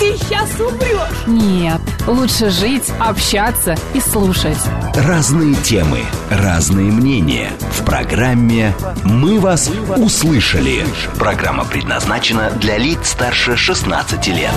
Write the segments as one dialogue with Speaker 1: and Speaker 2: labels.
Speaker 1: ты сейчас умрешь.
Speaker 2: Нет, лучше жить, общаться и слушать.
Speaker 3: Разные темы, разные мнения. В программе «Мы вас услышали». Программа предназначена для лиц старше 16 лет.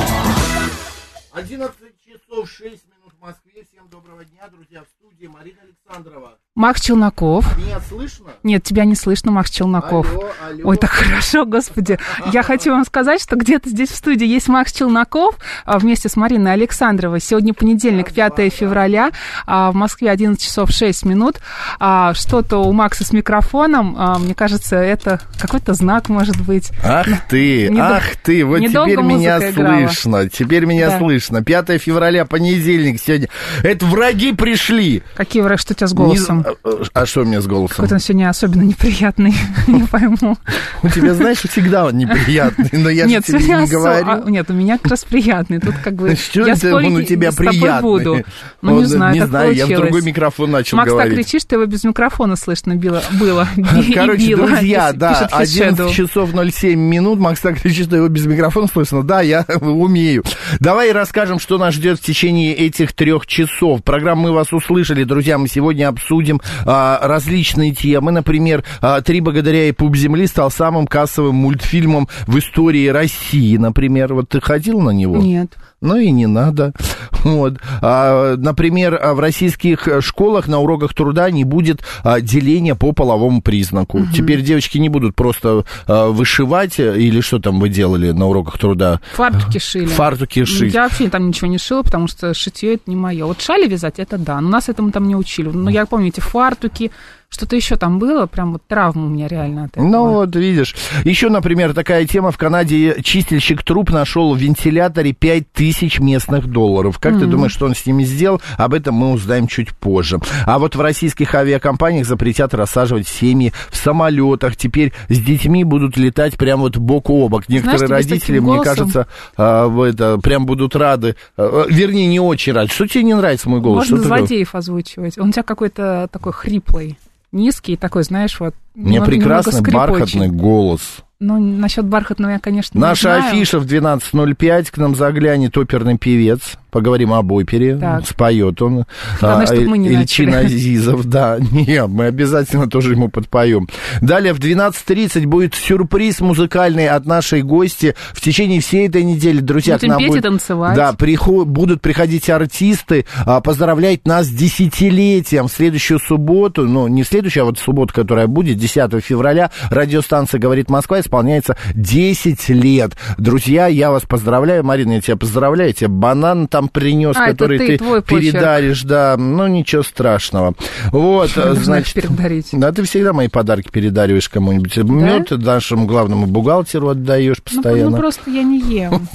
Speaker 4: 11 часов 6 минут в Москве. Всем доброго дня, друзья. В студии Марина Александрова.
Speaker 2: Макс Челноков.
Speaker 4: Меня слышно?
Speaker 2: Нет, тебя не слышно, Макс Челноков.
Speaker 4: Алло, алло.
Speaker 2: Ой, так хорошо, господи. Я хочу вам сказать, что где-то здесь в студии есть Макс Челноков а, вместе с Мариной Александровой. Сегодня понедельник, 5 февраля, а, в Москве 11 часов 6 минут. А, Что-то у Макса с микрофоном, а, мне кажется, это какой-то знак может быть.
Speaker 5: Ах ты,
Speaker 2: Не дол-
Speaker 5: ах ты, вот
Speaker 2: недолго
Speaker 5: теперь меня
Speaker 2: музыка играла.
Speaker 5: слышно, теперь меня
Speaker 2: Да.
Speaker 5: слышно. 5 февраля, понедельник сегодня. Это враги пришли.
Speaker 2: Какие враги, что у тебя с
Speaker 5: Не
Speaker 2: голосом?
Speaker 5: з- а- А что у меня с голосом?
Speaker 2: Какой-то он сегодня особенно неприятный, не пойму.
Speaker 5: У тебя, знаешь, всегда он неприятный, но я же
Speaker 2: Нет,
Speaker 5: тебе
Speaker 2: сегодня
Speaker 5: не
Speaker 2: осо-
Speaker 5: говорю.
Speaker 2: а, нет, у меня как раз приятный. Тут как бы
Speaker 5: Что
Speaker 2: я
Speaker 5: это
Speaker 2: спорить
Speaker 5: он у тебя
Speaker 2: с тобой
Speaker 5: приятный?
Speaker 2: буду. Ну, не
Speaker 5: Он-
Speaker 2: знаю,
Speaker 5: Не
Speaker 2: так
Speaker 5: знаю, я в
Speaker 2: получилось.
Speaker 5: другой микрофон начал
Speaker 2: Макс так
Speaker 5: говорить.
Speaker 2: кричит, что его без микрофона слышно било, было. И
Speaker 5: Короче,
Speaker 2: било,
Speaker 5: друзья,
Speaker 2: пис-
Speaker 5: да,
Speaker 2: пишет Фишедоу.
Speaker 5: 11 часов 07 минут. Макс так кричит, что его без микрофона слышно. Да, я умею. Давай расскажем, что нас ждет в течение этих трех часов. Программа «Мы вас услышали». Друзья, мы сегодня обсудим а, различные темы. Например, а, «Три богатыря и пуп земли» стал самым кассовым мультфильмом в истории России, например. Вот ты ходил на него?
Speaker 2: Нет.
Speaker 5: Ну и не надо. Вот. А, например, а, в российских э, школах на уроках труда не будет а, деления по половому признаку. Теперь девочки не будут просто а, вышивать э, или что там вы делали на уроках труда?
Speaker 2: Фартуки шили.
Speaker 5: Фартуки шить.
Speaker 2: Я вообще там ничего не шила, потому что шитье это не мое. Вот шали вязать это да, но нас этому там не учили. Но я помню эти фартуки, что-то еще там было, прям вот травма у меня реально от этого.
Speaker 5: Ну вот, видишь. Еще, например, такая тема. В Канаде чистильщик труп нашел в вентиляторе 5000 местных долларов. Как ты думаешь, что он с ними сделал? Об этом мы узнаем чуть позже. А вот в российских авиакомпаниях запретят рассаживать семьи в самолетах. Теперь с детьми будут летать прям вот бок о бок.
Speaker 2: тебе
Speaker 5: Некоторые
Speaker 2: с таким
Speaker 5: родители, мне
Speaker 2: голосом-
Speaker 5: кажется, а, в это, прям будут рады. А, Вернее, не очень рады. Что тебе не нравится мой голос?
Speaker 2: Можно
Speaker 5: Что ты говоришь?
Speaker 2: злодеев озвучивать. Он у тебя какой-то такой хриплый, низкий, такой, знаешь, вот.
Speaker 5: Мне
Speaker 2: немного- немного
Speaker 5: прекрасный
Speaker 2: скрипучий.
Speaker 5: бархатный голос.
Speaker 2: Ну, насчет бархатного я, конечно, не
Speaker 5: Наша
Speaker 2: знаю.
Speaker 5: афиша в 12.05, к нам заглянет оперный певец. Поговорим об опере,
Speaker 2: Так.
Speaker 5: споет он. А,
Speaker 2: Главное, чтоб мы не
Speaker 5: Ильчин
Speaker 2: начали.
Speaker 5: Азизов, да. Не, мы обязательно тоже ему подпоем. Далее в 12.30 будет сюрприз музыкальный от нашей гости. В течение всей этой недели, друзья,
Speaker 2: Будем
Speaker 5: к нам
Speaker 2: петь и
Speaker 5: будет-
Speaker 2: танцевать.
Speaker 5: Да, приход- будут приходить артисты, а, поздравлять нас с десятилетием. В следующую субботу, ну, не в следующую, а вот субботу, которая будет, 10 февраля, радиостанция «Говорит Москва» исполняется 10 лет. Друзья, я вас поздравляю. Марина, я тебя поздравляю. Я тебе банан там принес,
Speaker 2: А, это
Speaker 5: который
Speaker 2: ты,
Speaker 5: ты,
Speaker 2: твой почерк.
Speaker 5: передаришь. Да, ну, ничего страшного. Вот,
Speaker 2: Ты должна их
Speaker 5: значит...
Speaker 2: передарить.
Speaker 5: Да, ты всегда мои подарки передариваешь кому-нибудь. Мед нашему главному бухгалтеру отдаешь
Speaker 2: Ну, по-
Speaker 5: постоянно.
Speaker 2: Ну, просто я не ем.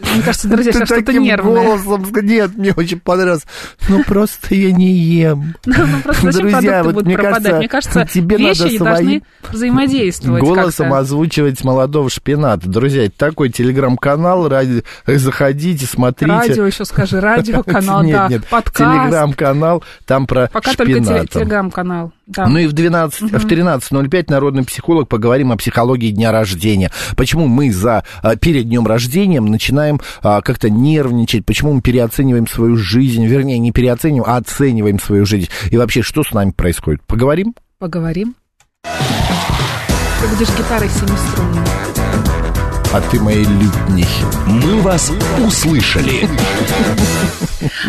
Speaker 2: Мне кажется, друзья,
Speaker 5: Ты
Speaker 2: сейчас что-то
Speaker 5: таким
Speaker 2: нервное.
Speaker 5: голосом сказал, нет, мне очень понравилось. Ну просто я не ем.
Speaker 2: Ну, просто зачем
Speaker 5: Друзья,
Speaker 2: продукты
Speaker 5: вот
Speaker 2: будут
Speaker 5: мне
Speaker 2: пропадать?
Speaker 5: кажется,
Speaker 2: Мне кажется,
Speaker 5: тебе надо
Speaker 2: вещи
Speaker 5: своим
Speaker 2: должны взаимодействовать
Speaker 5: Голосом
Speaker 2: как-то.
Speaker 5: озвучивать молодого шпината. Друзья, это такой телеграм-канал. ради- Заходите, смотрите.
Speaker 2: Радио еще скажи, радиоканал,
Speaker 5: Нет,
Speaker 2: да,
Speaker 5: нет,
Speaker 2: подкаст.
Speaker 5: телеграм-канал, там про
Speaker 2: Пока только те-
Speaker 5: шпината.
Speaker 2: телеграм-канал. да.
Speaker 5: Ну и в, 12, в 13.05 народный психолог поговорим о психологии дня рождения. Почему мы за, а, перед днем рождения начинаем а, как-то нервничать, почему мы переоцениваем свою жизнь, вернее, не переоцениваем, а оцениваем свою жизнь. И вообще, что с нами происходит? Поговорим?
Speaker 2: Поговорим. Ты будешь гитарой семиструнной.
Speaker 5: А ты моей лютней.
Speaker 3: «Мы вас услышали».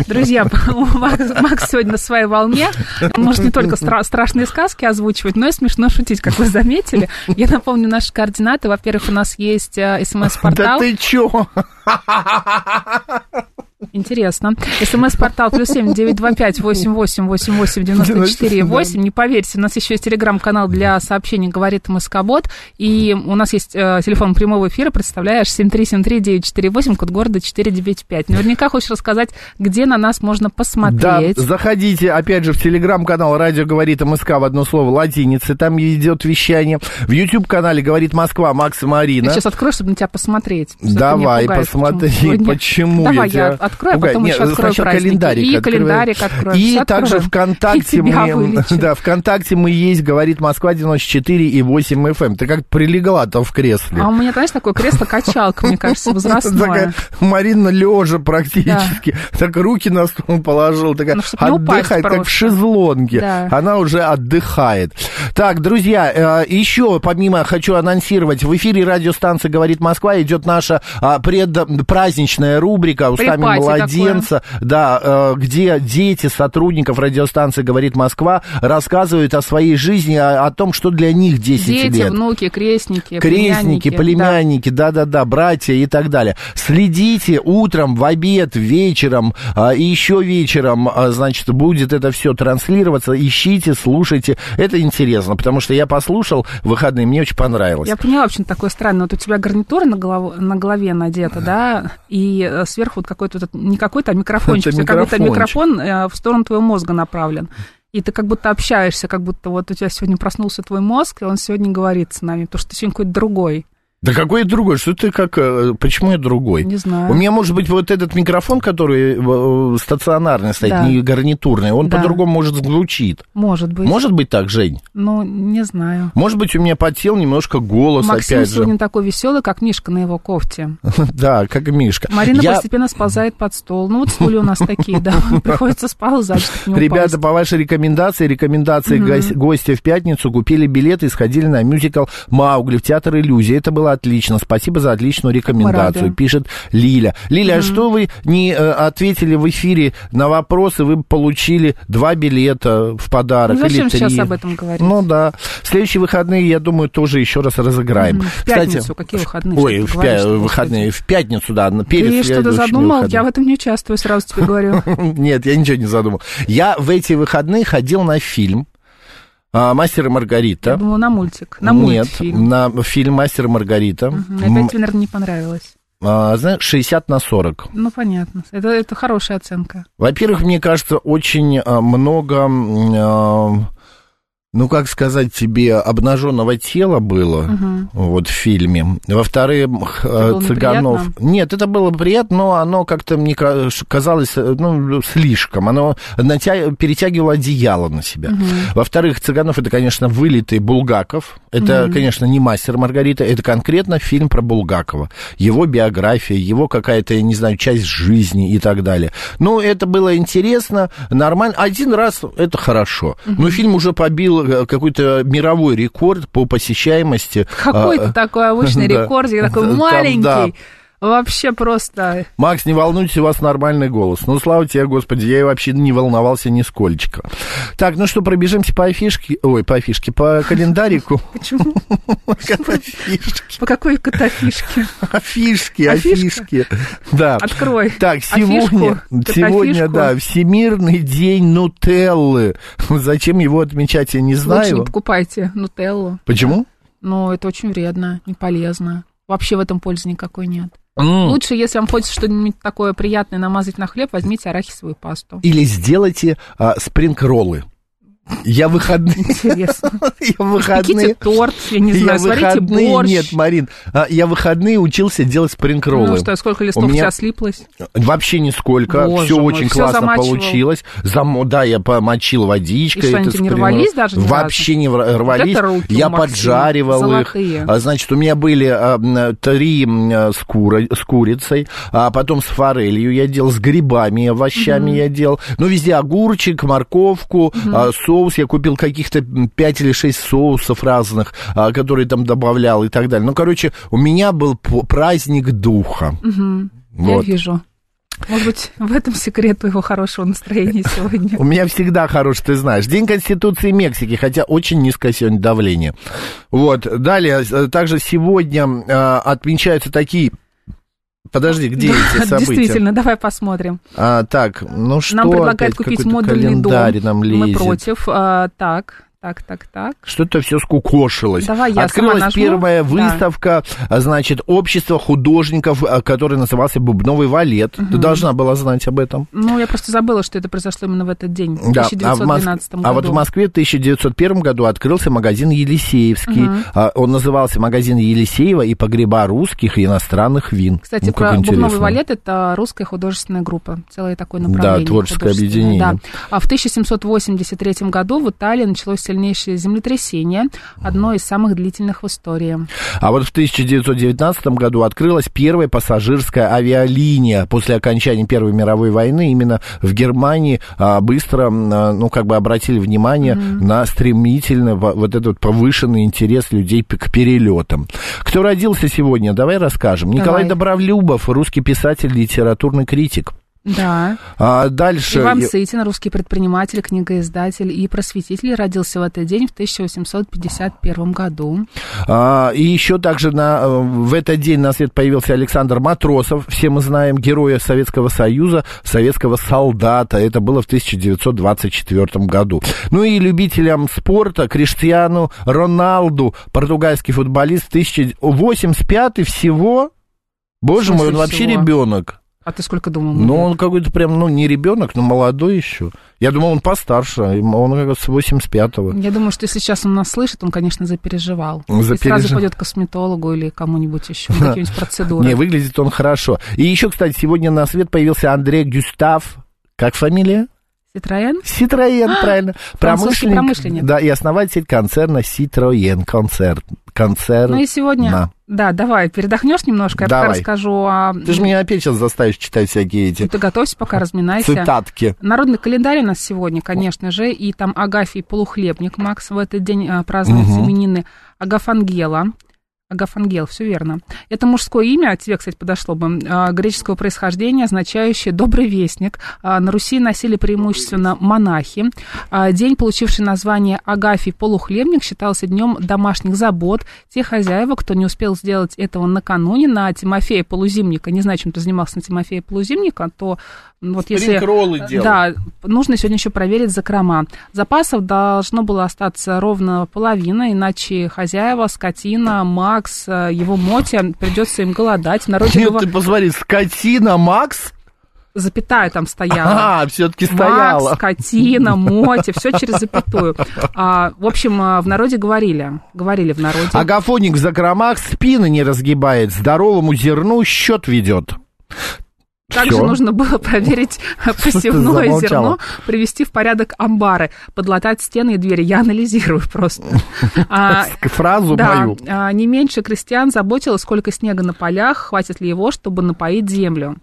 Speaker 2: Друзья, по-моему, Макс, Макс сегодня на своей волне. Он может не только стра- страшные сказки озвучивать, но и смешно шутить, как вы заметили. Я напомню наши координаты. Во-первых, у нас есть э,
Speaker 5: Да
Speaker 2: смс-портал.
Speaker 5: ты чё?
Speaker 2: Интересно. СМС-портал плюс семь девять два пять восемь восемь восемь восемь девяносто четыре восемь. Не поверьте, у нас еще есть телеграм-канал для сообщений «Говорит Москобот». И у нас есть э, телефон прямого эфира, представляешь, семь три семь три девять четыре восемь, код города четыре девять пять. Наверняка хочешь рассказать, где на нас можно
Speaker 5: Да,
Speaker 2: посмотреть.
Speaker 5: заходите, опять же, в телеграм-канал «Радио говорит МСК» в одно слово латиница, там идет вещание. В YouTube-канале «Говорит Москва» Макс и
Speaker 2: Я
Speaker 5: Марина.
Speaker 2: сейчас открою, чтобы на тебя посмотреть. Что ты меня
Speaker 5: Давай,
Speaker 2: пугаешь
Speaker 5: посмотри,
Speaker 2: сегодня.
Speaker 5: почему
Speaker 2: Давай,
Speaker 5: я тебя
Speaker 2: открою, а
Speaker 5: пугаю.
Speaker 2: потом
Speaker 5: Нет,
Speaker 2: еще открою
Speaker 5: сначала
Speaker 2: праздники.
Speaker 5: календарик
Speaker 2: И
Speaker 5: открою.
Speaker 2: календарик открою.
Speaker 5: И
Speaker 2: Всё
Speaker 5: также
Speaker 2: откроем.
Speaker 5: ВКонтакте
Speaker 2: И тебя
Speaker 5: мы...
Speaker 2: вылечу.
Speaker 5: Да, ВКонтакте мы есть «Говорит Москва» 94 и 8 FM. Ты как прилегла там в кресле.
Speaker 2: А у меня, знаешь, такое кресло-качалка, мне кажется, возрастное.
Speaker 5: Такая Марина лежа практически. Так руки на стол положила. Такая
Speaker 2: Ну, чтоб не упасть
Speaker 5: отдыхает, как в
Speaker 2: просто.
Speaker 5: шезлонге.
Speaker 2: Да.
Speaker 5: Она уже отдыхает. Так, друзья, э, еще помимо хочу анонсировать, в эфире радиостанции «Говорит Москва» идет наша а, предпраздничная рубрика «Устами
Speaker 2: Припати
Speaker 5: младенца», да, э, где дети сотрудников радиостанции «Говорит Москва» рассказывают о своей жизни, о, о том, что для них 10
Speaker 2: Дети,
Speaker 5: лет
Speaker 2: внуки, крестники, племянники.
Speaker 5: крестники, племянники, да-да-да, братья и так далее. Следите утром, в обед, вечером а, и еще вечером, а, значит, будет это все транслироваться. Ищите, слушайте. Это интересно, потому что я послушал в выходные, мне очень
Speaker 2: Да.
Speaker 5: понравилось.
Speaker 2: Я поняла, в общем, такое странное. Вот у тебя гарнитура на, голову, на голове надета, да, и э, сверху вот какой-то, вот этот- не какой-то, а микрофончик.
Speaker 5: Это
Speaker 2: У тебя как будто
Speaker 5: микрофончик.
Speaker 2: микрофон э, в сторону твоего мозга направлен. И ты как будто общаешься, как будто вот у тебя сегодня проснулся твой мозг, и он сегодня говорит с нами, потому что ты сегодня какой-то другой.
Speaker 5: Да какой я другой? Что ты как... э, Почему я другой?
Speaker 2: Не знаю.
Speaker 5: У меня, может быть, вот этот микрофон, который э, э, стационарный стоит,
Speaker 2: Да.
Speaker 5: не гарнитурный, он
Speaker 2: Да.
Speaker 5: по-другому, может, звучит.
Speaker 2: Может быть.
Speaker 5: Может быть так, Жень?
Speaker 2: Ну, не знаю.
Speaker 5: Может быть, у меня потел немножко голос,
Speaker 2: Максим
Speaker 5: опять же.
Speaker 2: сегодня такой веселый, как Мишка на его кофте.
Speaker 5: Да, как Мишка.
Speaker 2: Марина
Speaker 5: Я-
Speaker 2: постепенно сползает под стол. Ну, вот стулья у нас такие, да. Приходится сползать, чтобы не
Speaker 5: Ребята,
Speaker 2: упасть.
Speaker 5: по вашей рекомендации, рекомендации гос- гостя в пятницу купили билеты и сходили на мюзикл «Маугли» в Театр Иллюзии. Это было отлично. Спасибо за отличную рекомендацию,
Speaker 2: рады.
Speaker 5: пишет Лиля. Лиля, а что вы не э, ответили в эфире на вопросы? Вы получили два билета в подарок
Speaker 2: Ну, зачем
Speaker 5: или три.
Speaker 2: сейчас об этом говорить?
Speaker 5: Ну да. В следующие выходные, я думаю, тоже еще раз разыграем.
Speaker 2: В
Speaker 5: Кстати,
Speaker 2: пятницу, какие выходные?
Speaker 5: Ой,
Speaker 2: Что ты
Speaker 5: в
Speaker 2: говоришь,
Speaker 5: пя-
Speaker 2: что
Speaker 5: выходные, в пятницу, да, на- перед
Speaker 2: Ты что-то
Speaker 5: следующими
Speaker 2: задумал?
Speaker 5: выходными.
Speaker 2: Я в этом не участвую, сразу тебе говорю.
Speaker 5: Нет, я ничего не задумал. Я в эти выходные ходил на фильм а, «Мастер и
Speaker 2: Я
Speaker 5: Маргарита».
Speaker 2: думала на мультик, на
Speaker 5: Нет,
Speaker 2: мультфильм.
Speaker 5: на фильм «Мастер и Маргарита».
Speaker 2: Мгм. Опять тебе, наверное, не понравилось.
Speaker 5: А, знаешь, 60 на 40.
Speaker 2: Ну, понятно. Это, это хорошая оценка.
Speaker 5: Во-первых, мне кажется, очень а, много, м, а, ну, как сказать тебе, обнаженного тела было вот в фильме. Во-вторых, э,
Speaker 2: было
Speaker 5: Цыганов... Нет, это было приятно, но оно как-то мне ка- казалось э, ну, слишком. Оно натя- перетягивало одеяло на себя. Во-вторых, Цыганов это, конечно, вылитый Булгаков. Это, конечно, не мастер Маргарита, это конкретно фильм про Булгакова. Его биография, его какая-то, я не знаю, часть жизни и так далее. Ну, это было интересно, нормально. Один раз это хорошо. Но фильм уже побил э, какой-то мировой рекорд по посещаемости.
Speaker 2: Какой-то
Speaker 5: А,
Speaker 2: такой обычный
Speaker 5: да.
Speaker 2: рекордик, такой
Speaker 5: Там, да.
Speaker 2: маленький. Вообще просто...
Speaker 5: Макс, не волнуйтесь, у вас нормальный голос. Ну, слава тебе, Господи, я и вообще не волновался нисколько. Так, ну что, пробежимся по афишке, ой, по афишке, по календарику.
Speaker 2: Почему?
Speaker 5: Афишки,
Speaker 2: По какой катафишке?
Speaker 5: афишки,
Speaker 2: Афишка?
Speaker 5: афишки. Да.
Speaker 2: Открой.
Speaker 5: Так, сегодня,
Speaker 2: Афишку?
Speaker 5: сегодня,
Speaker 2: Катафишку?
Speaker 5: да, Всемирный день Нутеллы. Зачем его отмечать, я не
Speaker 2: Лучше не
Speaker 5: знаю.
Speaker 2: покупайте нутеллу.
Speaker 5: Почему?
Speaker 2: Но это очень вредно, не полезно. Вообще в этом пользы никакой нет.
Speaker 5: М.
Speaker 2: Лучше, если вам хочется что-нибудь такое приятное намазать на хлеб, возьмите арахисовую пасту.
Speaker 5: Или сделайте а, спринг-роллы. Я в выходные,
Speaker 2: Интересно.
Speaker 5: я в
Speaker 2: Пеките
Speaker 5: выходные.
Speaker 2: торт, я не
Speaker 5: я
Speaker 2: знаю, сварите
Speaker 5: выходные,
Speaker 2: борщ.
Speaker 5: нет, Марин, а, я выходные учился делать спринг-роллы.
Speaker 2: Ну что, сколько листов
Speaker 5: У
Speaker 2: у,
Speaker 5: меня-
Speaker 2: тебя слиплось?
Speaker 5: Вообще нисколько,
Speaker 2: Боже
Speaker 5: все
Speaker 2: мой,
Speaker 5: очень
Speaker 2: всё
Speaker 5: классно
Speaker 2: замачивал.
Speaker 5: получилось. Замо- да, я помочил водичкой.
Speaker 2: И что, они
Speaker 5: этот
Speaker 2: тебе не
Speaker 5: спринг-ролл.
Speaker 2: рвались даже ни разу?
Speaker 5: Вообще не вра- рвались.
Speaker 2: это руки у
Speaker 5: я
Speaker 2: Максима.
Speaker 5: поджаривал
Speaker 2: Золотые.
Speaker 5: их. А, Значит, у меня были а, м, три м, а, с, куро- с курицей, а потом с форелью я делал, с грибами, овощами я делал. Ну, везде огурчик, морковку, а, соус. Я купил каких-то 5 или 6 соусов разных, а, которые там добавлял и так далее. Ну, короче, у меня был п- праздник духа.
Speaker 2: Я
Speaker 5: Вот.
Speaker 2: вижу. Может быть, в этом секрет твоего хорошего настроения сегодня.
Speaker 5: У меня всегда хороший, ты знаешь. День Конституции Мексики, хотя очень низкое сегодня давление. Вот, далее, э, также сегодня э, отмечаются такие Подожди, где эти события?
Speaker 2: Действительно, давай посмотрим.
Speaker 5: А, так, ну что
Speaker 2: Нам предлагают
Speaker 5: опять
Speaker 2: купить
Speaker 5: какой-то
Speaker 2: модульный
Speaker 5: календарь
Speaker 2: дом.
Speaker 5: нам
Speaker 2: Мы
Speaker 5: лезет?
Speaker 2: против. А, так, так, так, так.
Speaker 5: Что-то все скукошилось.
Speaker 2: Давай я
Speaker 5: Открылась
Speaker 2: сама нажму.
Speaker 5: первая
Speaker 2: Да.
Speaker 5: выставка, а, значит, общества художников, а, который назывался «Бубновый валет». Ты должна была знать об этом.
Speaker 2: Ну, я просто забыла, что это произошло именно в этот день, в
Speaker 5: Да, а, в
Speaker 2: 1912
Speaker 5: Моск-
Speaker 2: году.
Speaker 5: а вот в Москве в 1901 году открылся магазин Елисеевский. А, Он назывался «Магазин Елисеева и погреба русских и иностранных вин».
Speaker 2: Кстати,
Speaker 5: Ну, как
Speaker 2: про бубновый
Speaker 5: интересно.
Speaker 2: валет это русская художественная группа, целое такое направление.
Speaker 5: творческое
Speaker 2: художественное,
Speaker 5: объединение.
Speaker 2: Да. А в 1783 году в Италии началось сильнейшее землетрясение, одно из самых длительных в истории.
Speaker 5: А вот в 1919 году открылась первая пассажирская авиалиния после окончания Первой мировой войны. Именно в Германии а, быстро, м, а, ну, как бы обратили внимание на стремительно во- вот этот вот повышенный интерес людей п- к перелетам. Кто родился сегодня? Давай расскажем. Николай
Speaker 2: Давай.
Speaker 5: Добровлюбов, русский писатель, литературный критик.
Speaker 2: Да.
Speaker 5: А дальше...
Speaker 2: Иван
Speaker 5: и-
Speaker 2: Сытин, русский предприниматель, книгоиздатель и просветитель, родился в этот день в 1851 году.
Speaker 5: А, и еще также на, э, в этот день на свет появился Александр Матросов, все мы знаем, героя Советского Союза, советского солдата. Это было в 1924 году. Ну и любителям спорта Криштиану Роналду, португальский футболист, 1085 всего. Боже
Speaker 2: В
Speaker 5: мой,
Speaker 2: смысле
Speaker 5: он вообще
Speaker 2: всего?
Speaker 5: ребенок.
Speaker 2: А ты сколько думал?
Speaker 5: Ну,
Speaker 2: Марина?
Speaker 5: он какой-то прям, ну, не ребенок, но молодой еще. Я думал, он постарше, а ему- он как раз с 85-го.
Speaker 2: Я думаю, что если сейчас он нас слышит, он, конечно, запереживал.
Speaker 5: типа. Он
Speaker 2: И сразу
Speaker 5: запережи-
Speaker 2: пойдет к косметологу или кому-нибудь еще, на какие-нибудь процедуры.
Speaker 5: Не, выглядит он хорошо. И еще, кстати, сегодня на свет появился Андрей Гюстав. Как фамилия?
Speaker 2: Ситроен?
Speaker 5: Ситроен, правильно.
Speaker 2: А, французский промышленник.
Speaker 5: Да, и основатель концерна Ситроен. Концерт. Концерн.
Speaker 2: Ну и сегодня...
Speaker 5: На.
Speaker 2: Да, давай, передохнешь немножко, я пока
Speaker 5: Давай.
Speaker 2: расскажу о...
Speaker 5: Ты же меня опять сейчас заставишь читать всякие
Speaker 2: Ну,
Speaker 5: эти
Speaker 2: Ты готовься, пока разминайся.
Speaker 5: цитатки.
Speaker 2: Народный календарь у нас сегодня, конечно же, и там Агафий Полухлебник Макс в этот день а, празднует именины Агафангела. Агафангел, все верно. Это мужское имя, а тебе, кстати, подошло бы, а, греческого происхождения, означающее «добрый вестник». А, На Руси носили преимущественно монахи. А, День, получивший название Агафий Полухлебник, считался днем домашних забот. Те хозяева, кто не успел сделать этого накануне на Тимофея Полузимника, не знаю, чем ты занимался на Тимофея Полузимника, то м, вот если...
Speaker 4: Спринг-роллы делал.
Speaker 2: Да, нужно сегодня еще проверить закрома. Запасов должно было остаться ровно половина, иначе хозяева, скотина, Макс, э, его мотя, придется им голодать. В народе
Speaker 5: Нет,
Speaker 2: гова-
Speaker 5: ты посмотри, скотина Макс.
Speaker 2: запятая там стояла.
Speaker 5: А, все-таки
Speaker 2: Макс,
Speaker 5: стояла.
Speaker 2: скотина, мотя, все через запятую. А, в общем, а, в народе говорили, говорили в народе.
Speaker 5: Агафоник в закромах спины не разгибает, здоровому зерну счет ведет.
Speaker 2: Также
Speaker 5: Всё.
Speaker 2: нужно было проверить
Speaker 5: ты
Speaker 2: посевное
Speaker 5: замолчала?
Speaker 2: зерно, привести в порядок амбары, подлатать стены и двери. Я анализирую просто. А,
Speaker 5: Фразу
Speaker 2: Да,
Speaker 5: мою.
Speaker 2: а, не меньше крестьян заботило, сколько снега на полях, хватит ли его, чтобы напоить землю.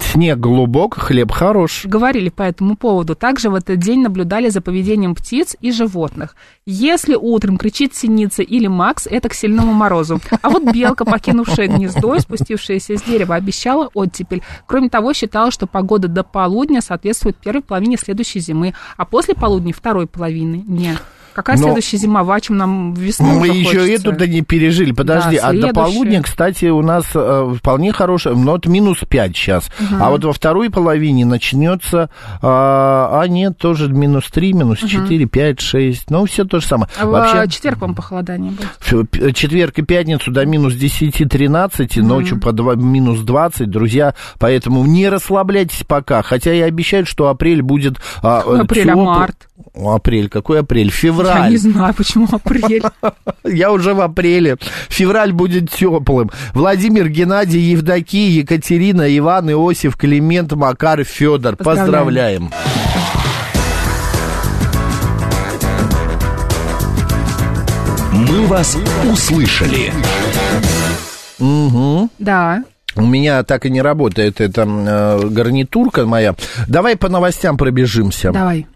Speaker 5: Снег глубок, хлеб хорош.
Speaker 2: Говорили по этому поводу. Также в этот день наблюдали за поведением птиц и животных. Если утром кричит синица или Макс, это к сильному морозу. А вот белка, покинувшая гнездо и спустившаяся с дерева, обещала оттепель. Кроме того, считала, что погода до полудня соответствует первой половине следующей зимы, а после полудня второй половины. Нет. Какая
Speaker 5: Но-
Speaker 2: следующая зима? Вачим нам весну
Speaker 5: Ну, Мы
Speaker 2: уже
Speaker 5: еще
Speaker 2: хочется.
Speaker 5: эту-то не пережили. Подожди,
Speaker 2: Да,
Speaker 5: а до
Speaker 2: следующую.
Speaker 5: полудня, кстати, у нас э, вполне хорошая, но это минус 5 сейчас. А вот во второй половине начнется, э, а нет, тоже минус 3, минус 4, 5, 6. Ну, все то же самое.
Speaker 2: А в
Speaker 5: Вообще,
Speaker 2: четверг вам похолодание будет.
Speaker 5: ф- п- четверг и пятницу до минус 10, 13, ночью по два- минус 20, друзья. Поэтому не расслабляйтесь пока. Хотя я обещаю, что апрель будет... а, э,
Speaker 2: Апрель, а
Speaker 5: тёпл-
Speaker 2: март?
Speaker 5: Апрель, какой апрель? Февраль.
Speaker 2: Я не знаю, почему апрель.
Speaker 5: Я уже в апреле. Февраль будет теплым. Владимир, Геннадий, Евдокия, Екатерина, Иван, Иосиф, Климент, Макар, Федор.
Speaker 2: Поздравляем.
Speaker 5: Поздравляем.
Speaker 3: «Мы вас услышали».
Speaker 2: Да.
Speaker 5: У меня так и не работает эта м, э, гарнитурка моя. Давай по новостям пробежимся.
Speaker 2: Давай.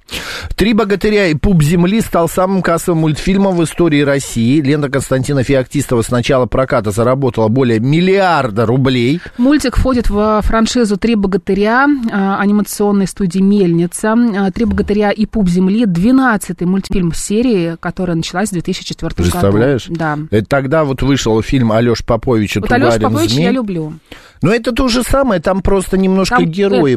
Speaker 5: Три богатыря и пуп земли стал самым кассовым мультфильмом в истории России. Лента Константина Феоктистова с начала проката заработала более миллиарда рублей.
Speaker 2: Мультик входит в э, франшизу «Три богатыря» а, анимационной студии «Мельница». А, «Три богатыря» и «Пуп земли» — 12-й мультфильм серии, которая началась в 2004 году.
Speaker 5: Представляешь?
Speaker 2: Да.
Speaker 5: Это тогда вот вышел фильм Алёш Поповича
Speaker 2: Вот Алёша
Speaker 5: «Тугарин
Speaker 2: Попович
Speaker 5: змей».
Speaker 2: я люблю.
Speaker 5: Но это то же самое, там просто немножко
Speaker 2: Там,
Speaker 5: герои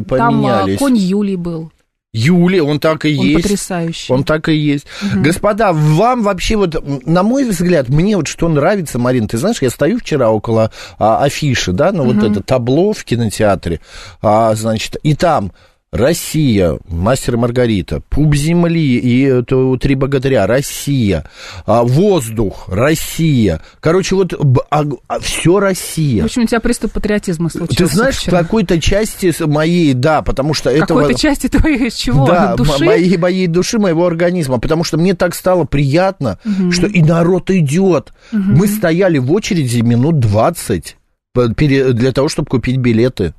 Speaker 2: э, там, а,
Speaker 5: поменялись.
Speaker 2: конь Юлий был.
Speaker 5: Юли, он так и
Speaker 2: Он
Speaker 5: есть.
Speaker 2: потрясающий.
Speaker 5: Он так и есть. Господа, вам вообще вот, м, на мой взгляд, мне вот что нравится, Марин, ты знаешь, я стою вчера около а, афиши, да, ну вот это табло в кинотеатре, а, значит, и там Россия, Мастер и Маргарита, Пуп земли и это, Три богатыря, Россия, а, Воздух, Россия. Короче, вот а, все Россия.
Speaker 2: В общем, у тебя приступ патриотизма случился
Speaker 5: Ты знаешь, в
Speaker 2: вчера.
Speaker 5: какой-то части с- моей, да, потому что это...
Speaker 2: Какой-то части твоей чего?
Speaker 5: Да,
Speaker 2: Души?
Speaker 5: м- моей, моей души, моего организма. Потому что мне так стало приятно, что и народ идет. Мы стояли в очереди минут 20 п- пере- для того, чтобы купить билеты.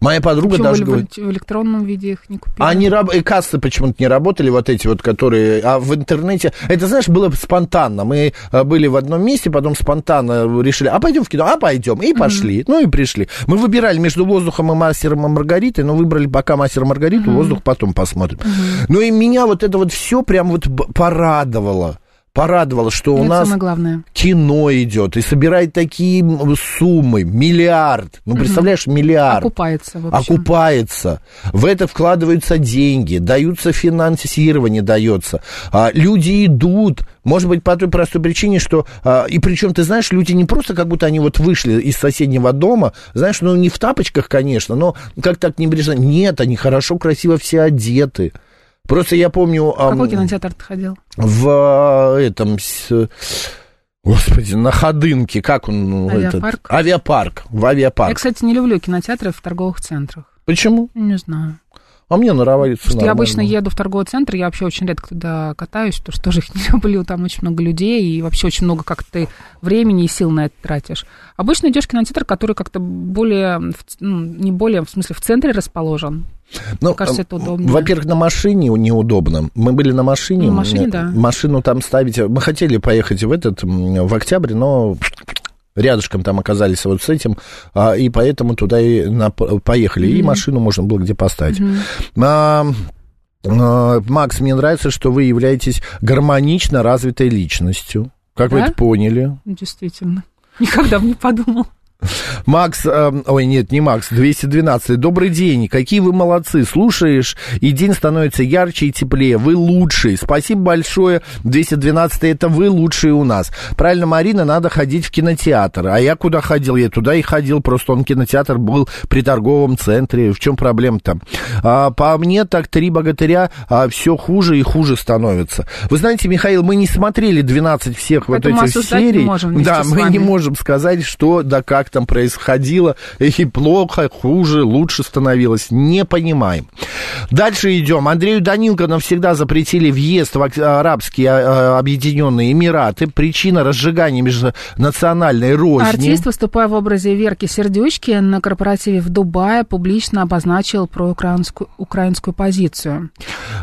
Speaker 5: Моя подруга
Speaker 2: Почему
Speaker 5: даже
Speaker 2: в,
Speaker 5: говорит.
Speaker 2: в электронном виде их не купили?
Speaker 5: А не раб... и кассы почему-то не работали, вот эти вот, которые... А в интернете... Это, знаешь, было спонтанно. Мы э, были в одном месте, потом спонтанно решили, а пойдем в кино, а пойдем. И пошли. Ну и пришли. Мы выбирали между воздухом и мастером и Маргаритой, но выбрали пока мастера и Маргариту, воздух потом посмотрим. Ну и меня вот это вот все прям вот б- порадовало. Порадовало, что у
Speaker 2: Это
Speaker 5: нас
Speaker 2: самое главное.
Speaker 5: кино идет и собирает такие м, суммы, миллиард. Ну, представляешь, миллиард
Speaker 2: Окупается, в общем.
Speaker 5: А окупается, в это вкладываются деньги, даются финансирование, дается. А, люди идут, может быть, по той простой причине, что... а, и причем, ты знаешь, люди не просто как будто они вот вышли из соседнего дома, знаешь, ну не в тапочках, конечно, но как так небрежно. Нет, они хорошо, красиво все одеты. Просто я помню...
Speaker 2: В
Speaker 5: ам,
Speaker 2: А Какой кинотеатр ты ходил?
Speaker 5: в э, этом... с- Господи, на Ходынке, как он... ну, этот,
Speaker 2: Авиапарк?
Speaker 5: авиапарк, в авиапарк.
Speaker 2: Я, кстати, не люблю кинотеатры в торговых центрах. Ну,
Speaker 5: Почему?
Speaker 2: Не знаю.
Speaker 5: А мне нравится.
Speaker 2: Потому что я обычно
Speaker 5: нормально.
Speaker 2: еду в торговый центр, я вообще очень редко туда катаюсь, потому что тоже их не люблю, там очень много людей, и вообще очень много как ты времени и сил на это тратишь. Обычно идешь в кинотеатр, который как-то более, в ц- ну, не более, в смысле, в центре расположен.
Speaker 5: Ну,
Speaker 2: кажется,
Speaker 5: э,
Speaker 2: это удобнее.
Speaker 5: Во-первых, на машине неудобно. Мы были на машине.
Speaker 2: На машине,
Speaker 5: м,
Speaker 2: да.
Speaker 5: Машину там ставить. Мы хотели поехать в этот, м, в октябрь, но рядышком там оказались вот с этим, а, и поэтому туда и на- поехали. И машину можно было где поставить. А, а, Макс, мне нравится, что вы являетесь гармонично развитой личностью. Как вы
Speaker 2: Да?
Speaker 5: это поняли?
Speaker 2: Действительно. Никогда бы не подумал.
Speaker 5: Макс, эм, ой, нет, не Макс, 212. Добрый день, какие вы молодцы, слушаешь, и день становится ярче и теплее, вы лучшие. Спасибо большое, 212, это вы лучшие у нас. Правильно, Марина, надо ходить в кинотеатр. А я куда ходил? Я туда и ходил, просто он кинотеатр был при торговом центре. В чем проблема там? по мне, так три богатыря все хуже и хуже становится. Вы знаете, Михаил, мы не смотрели 12 всех
Speaker 2: Поэтому
Speaker 5: вот этих
Speaker 2: осуждать не
Speaker 5: серий.
Speaker 2: можем вместе
Speaker 5: да,
Speaker 2: с
Speaker 5: мы не
Speaker 2: вами.
Speaker 5: можем сказать, что да как там происходило, и плохо, хуже, лучше становилось. Не понимаем. Дальше идем. Андрею Данилко навсегда запретили въезд в Ак- э, Арабские а, а, Объединенные Эмираты. Причина разжигания межнациональной розни.
Speaker 2: Артист, выступая в образе Верки Сердючки, на корпоративе в Дубае публично обозначил проукраинскую украинскую позицию.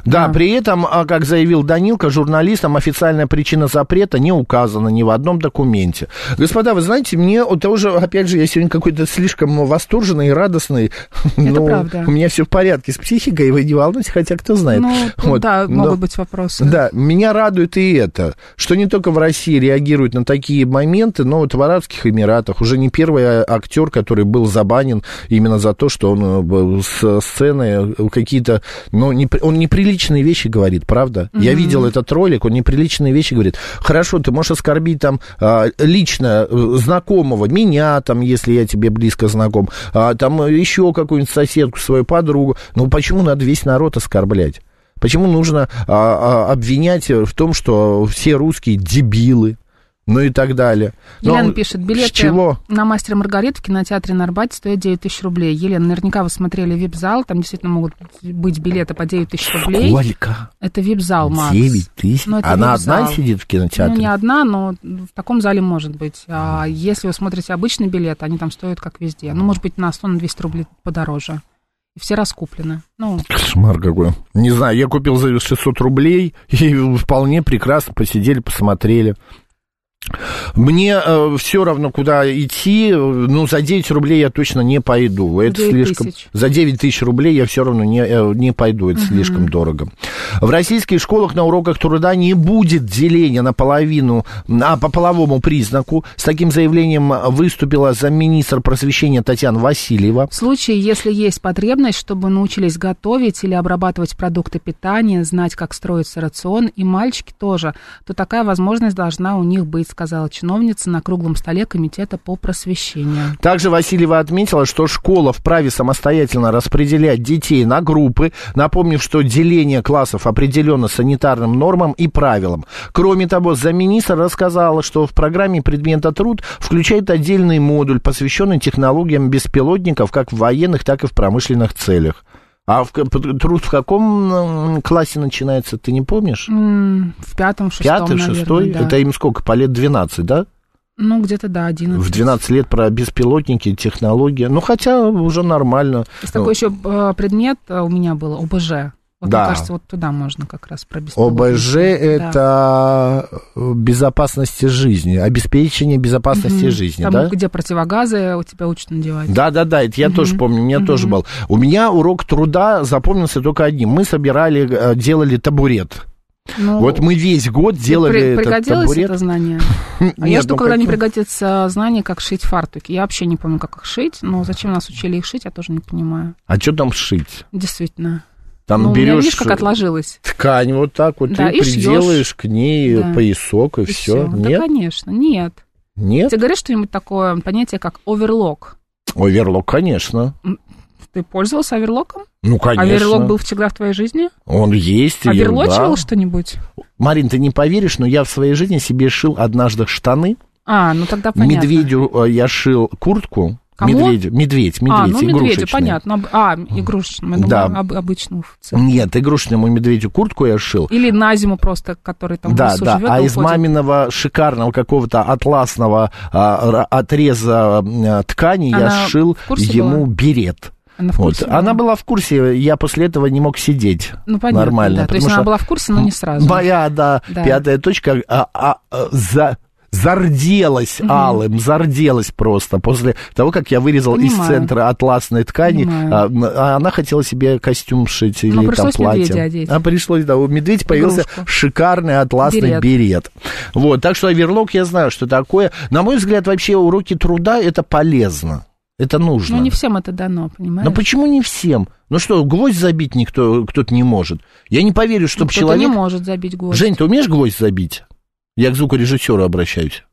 Speaker 5: Да, при этом, а, как заявил Данилко, журналистам официальная причина запрета не указана ни в одном документе. Господа, вы знаете, мне вот тоже, опять же, я сегодня какой-то слишком восторженный и радостный. Ну,
Speaker 2: правда.
Speaker 5: У меня все в порядке с психикой, вы не волнуйтесь, хотя кто знает.
Speaker 2: Ну, тут,
Speaker 5: Вот,
Speaker 2: да,
Speaker 5: но-
Speaker 2: могут быть вопросы.
Speaker 5: Да, меня радует и это, что не только в России реагируют на такие моменты, но вот в Арабских Эмиратах уже не первый а, актер, который был забанен именно за то, что он э, был с сцены э, какие-то, ну, непри- он неприличные вещи говорит, правда? Я видел этот ролик, он неприличные вещи говорит. Хорошо, ты можешь оскорбить там а, лично э, знакомого, меня там, если я тебе близко знаком, а, там еще какую-нибудь соседку, свою подругу, ну почему надо весь народ оскорблять? Почему нужно а, а, обвинять в том, что все русские дебилы, ну и так далее? Но
Speaker 2: Елена
Speaker 5: он-
Speaker 2: пишет, билеты
Speaker 5: С чего?
Speaker 2: на «Мастера и Маргариту» в кинотеатре на Арбате стоят 9 тысяч рублей. Елена, наверняка вы смотрели вип-зал, там действительно могут быть билеты по 9 тысяч рублей.
Speaker 5: Сколько?
Speaker 2: Это вип-зал, Макс.
Speaker 5: 9 тысяч?
Speaker 2: Ну, это
Speaker 5: Она
Speaker 2: вип-зал.
Speaker 5: одна сидит в кинотеатре?
Speaker 2: Ну, не одна, но в таком зале может быть. А если вы смотрите обычный билет, они там стоят как везде. Ну, может быть, на 100-200 рублей подороже. и все раскуплены. Ну,
Speaker 5: Кошмар какой. Не знаю, я купил за 600 рублей, и вполне прекрасно посидели, посмотрели. Мне все равно, куда идти, э, ну, за 9 рублей я точно не пойду. Это
Speaker 2: 9
Speaker 5: слишком...
Speaker 2: тысяч.
Speaker 5: За 9 тысяч рублей я все равно не, э, не пойду, это слишком дорого. В российских школах на уроках труда не будет деления наполовину, а по половому признаку. С таким заявлением выступила замминистра просвещения Татьяна Васильева.
Speaker 2: в случае, если есть потребность, чтобы научились готовить или обрабатывать продукты питания, знать, как строится рацион, и мальчики тоже, то такая возможность должна у них быть, сказала чиновница на круглом столе Комитета по просвещению.
Speaker 5: Также Васильева отметила, что школа вправе самостоятельно распределять детей на группы, напомнив, что деление классов определено санитарным нормам и правилам. Кроме того, замминистра рассказала, что в программе предмета труд включает отдельный модуль, посвященный технологиям беспилотников как в военных, так и в промышленных целях. А в, к- п- труд в каком м, классе начинается, ты не помнишь?
Speaker 2: М, Ну, В пятом, шестом,
Speaker 5: Пятый,
Speaker 2: наверное,
Speaker 5: шестой?
Speaker 2: да.
Speaker 5: Это им сколько? По лет 12, да?
Speaker 2: Ну, где-то, да, одиннадцать.
Speaker 5: В 12 лет про беспилотники, технологии. Ну, хотя уже нормально.
Speaker 2: Есть
Speaker 5: Ну,
Speaker 2: такой еще э, предмет э, у меня был, ОБЖ. Вот,
Speaker 5: Да.
Speaker 2: Мне кажется, вот туда можно как раз про беспилотники.
Speaker 5: ОБЖ –
Speaker 2: Да.
Speaker 5: это э, безопасность жизни, обеспечение безопасности
Speaker 2: Мгм.
Speaker 5: жизни,
Speaker 2: Там,
Speaker 5: да?
Speaker 2: где противогазы у тебя учат надевать.
Speaker 5: Да, да, да, это я тоже помню, у меня тоже был. У меня урок труда запомнился только одним. Мы собирали, э, делали табурет.
Speaker 2: Ну,
Speaker 5: вот мы весь год
Speaker 2: при-
Speaker 5: делали этот
Speaker 2: пригодилось
Speaker 5: табурет.
Speaker 2: это знание? А я
Speaker 5: Нет,
Speaker 2: жду,
Speaker 5: ну
Speaker 2: когда не
Speaker 5: каким-
Speaker 2: пригодится знание, как шить фартуки. Я вообще не помню, как их шить, но зачем нас учили их шить, я тоже не понимаю.
Speaker 5: А что там шить?
Speaker 2: Действительно.
Speaker 5: Там
Speaker 2: ну, у меня,
Speaker 5: берешь
Speaker 2: видишь, как отложилось.
Speaker 5: ткань вот так вот,
Speaker 2: Да,
Speaker 5: и,
Speaker 2: и шьёшь.
Speaker 5: приделаешь к ней э,
Speaker 2: Да.
Speaker 5: поясок, и, все.
Speaker 2: всё. Ну, Да,
Speaker 5: Нет?
Speaker 2: конечно, нет.
Speaker 5: Нет?
Speaker 2: Тебе говорят что-нибудь такое понятие, как оверлок.
Speaker 5: Оверлок, конечно.
Speaker 2: Ты пользовался оверлоком?
Speaker 5: Ну, конечно.
Speaker 2: Оверлок А был А всегда в твоей жизни?
Speaker 5: Он есть. и ерунда.
Speaker 2: Оверлочивал что-нибудь?
Speaker 5: Марин, ты не поверишь, но я в своей жизни себе шил однажды штаны.
Speaker 2: А, ну тогда понятно.
Speaker 5: Медведю э, я шил куртку.
Speaker 2: Кому?
Speaker 5: Медведю. Медведь, медведь,
Speaker 2: а, ну медведю,
Speaker 5: игрушечный.
Speaker 2: понятно. Об- А, игрушечному, я
Speaker 5: Да.
Speaker 2: думала, об- обычному в целом.
Speaker 5: Нет, игрушечному медведю куртку я шил.
Speaker 2: Или на зиму просто, который там в
Speaker 5: Да,
Speaker 2: лесу
Speaker 5: да.
Speaker 2: живет
Speaker 5: А
Speaker 2: и
Speaker 5: из
Speaker 2: уходит.
Speaker 5: маминого шикарного какого-то атласного а, ра- отреза м, а, ткани я
Speaker 2: Она
Speaker 5: шил
Speaker 2: в курсе
Speaker 5: ему
Speaker 2: была?
Speaker 5: берет.
Speaker 2: Она в
Speaker 5: Вот. а
Speaker 2: курсе
Speaker 5: Она была в курсе, я после этого не мог сидеть.
Speaker 2: Ну, понятно,
Speaker 5: нормально,
Speaker 2: да. То
Speaker 5: потому
Speaker 2: есть
Speaker 5: что
Speaker 2: она была в курсе, но не сразу.
Speaker 5: Моя, да,
Speaker 2: Да.
Speaker 5: пятая точка а, а, а, за- зарделась алым, зарделась просто после того, как я вырезал из
Speaker 2: Понимаю.
Speaker 5: центра атласной ткани.
Speaker 2: Понимаю. Ну,
Speaker 5: А, м, а она хотела себе костюм шить или там
Speaker 2: пришлось
Speaker 5: платье.
Speaker 2: медведя одеть.
Speaker 5: А пришлось, да, у медведя появился
Speaker 2: Игрушку.
Speaker 5: шикарный атласный берет.
Speaker 2: Берет.
Speaker 5: Вот, так что оверлок я знаю, что такое. На мой взгляд, вообще уроки труда это полезно. Это нужно.
Speaker 2: Ну, не всем это дано, понимаешь?
Speaker 5: Но почему не всем? Ну что, гвоздь забить никто кто-то не может. Я не поверю,
Speaker 2: Ну,
Speaker 5: чтобы
Speaker 2: кто-то
Speaker 5: человек
Speaker 2: не может забить гвоздь.
Speaker 5: Жень, ты умеешь гвоздь забить? Я к звукорежиссеру обращаюсь.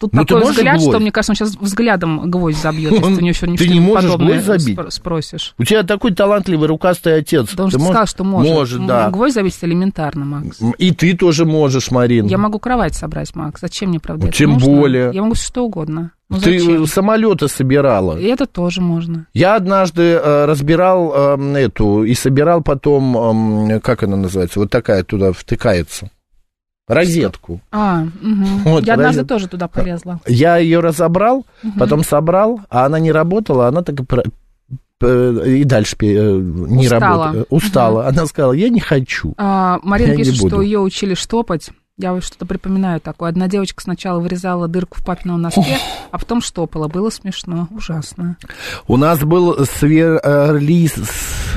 Speaker 2: Тут
Speaker 5: ну, ты
Speaker 2: такой
Speaker 5: можешь
Speaker 2: взгляд,
Speaker 5: гвоздь?
Speaker 2: что, мне кажется, он сейчас взглядом гвоздь забьет, если
Speaker 5: Он-
Speaker 2: ты у него еще
Speaker 5: ты не можешь гвоздь забить?
Speaker 2: спросишь.
Speaker 5: У тебя такой талантливый рукастый отец.
Speaker 2: Да он
Speaker 5: Ты
Speaker 2: же
Speaker 5: мож-
Speaker 2: сказал, что может.
Speaker 5: Может,
Speaker 2: Ну,
Speaker 5: да.
Speaker 2: Гвоздь забить это элементарно, Макс.
Speaker 5: И ты тоже можешь, Марин.
Speaker 2: Я могу кровать собрать, Макс. Зачем мне, правда,
Speaker 5: Ну,
Speaker 2: это
Speaker 5: тем
Speaker 2: нужно?
Speaker 5: более.
Speaker 2: Я могу всё что угодно. Ну,
Speaker 5: ты
Speaker 2: зачем?
Speaker 5: самолеты собирала.
Speaker 2: И это тоже можно.
Speaker 5: Я однажды э, разбирал эм, эту и собирал потом, эм, как она называется, вот такая туда втыкается. Розетку.
Speaker 2: А, мгм.
Speaker 5: Вот,
Speaker 2: я однажды
Speaker 5: разница.
Speaker 2: тоже туда полезла.
Speaker 5: Я ее разобрал, потом собрал, а она не работала, она так и про- п- и дальше пе- э, не
Speaker 2: Устала.
Speaker 5: работала. Устала. Она сказала, я не хочу.
Speaker 2: А, Марина
Speaker 5: Я не
Speaker 2: пишет, что
Speaker 5: буду.
Speaker 2: ее учили штопать. Я вот что-то припоминаю такое. Одна девочка сначала вырезала дырку в папином носке, а потом штопала. Было смешно, ужасно.
Speaker 5: У нас был сверлист.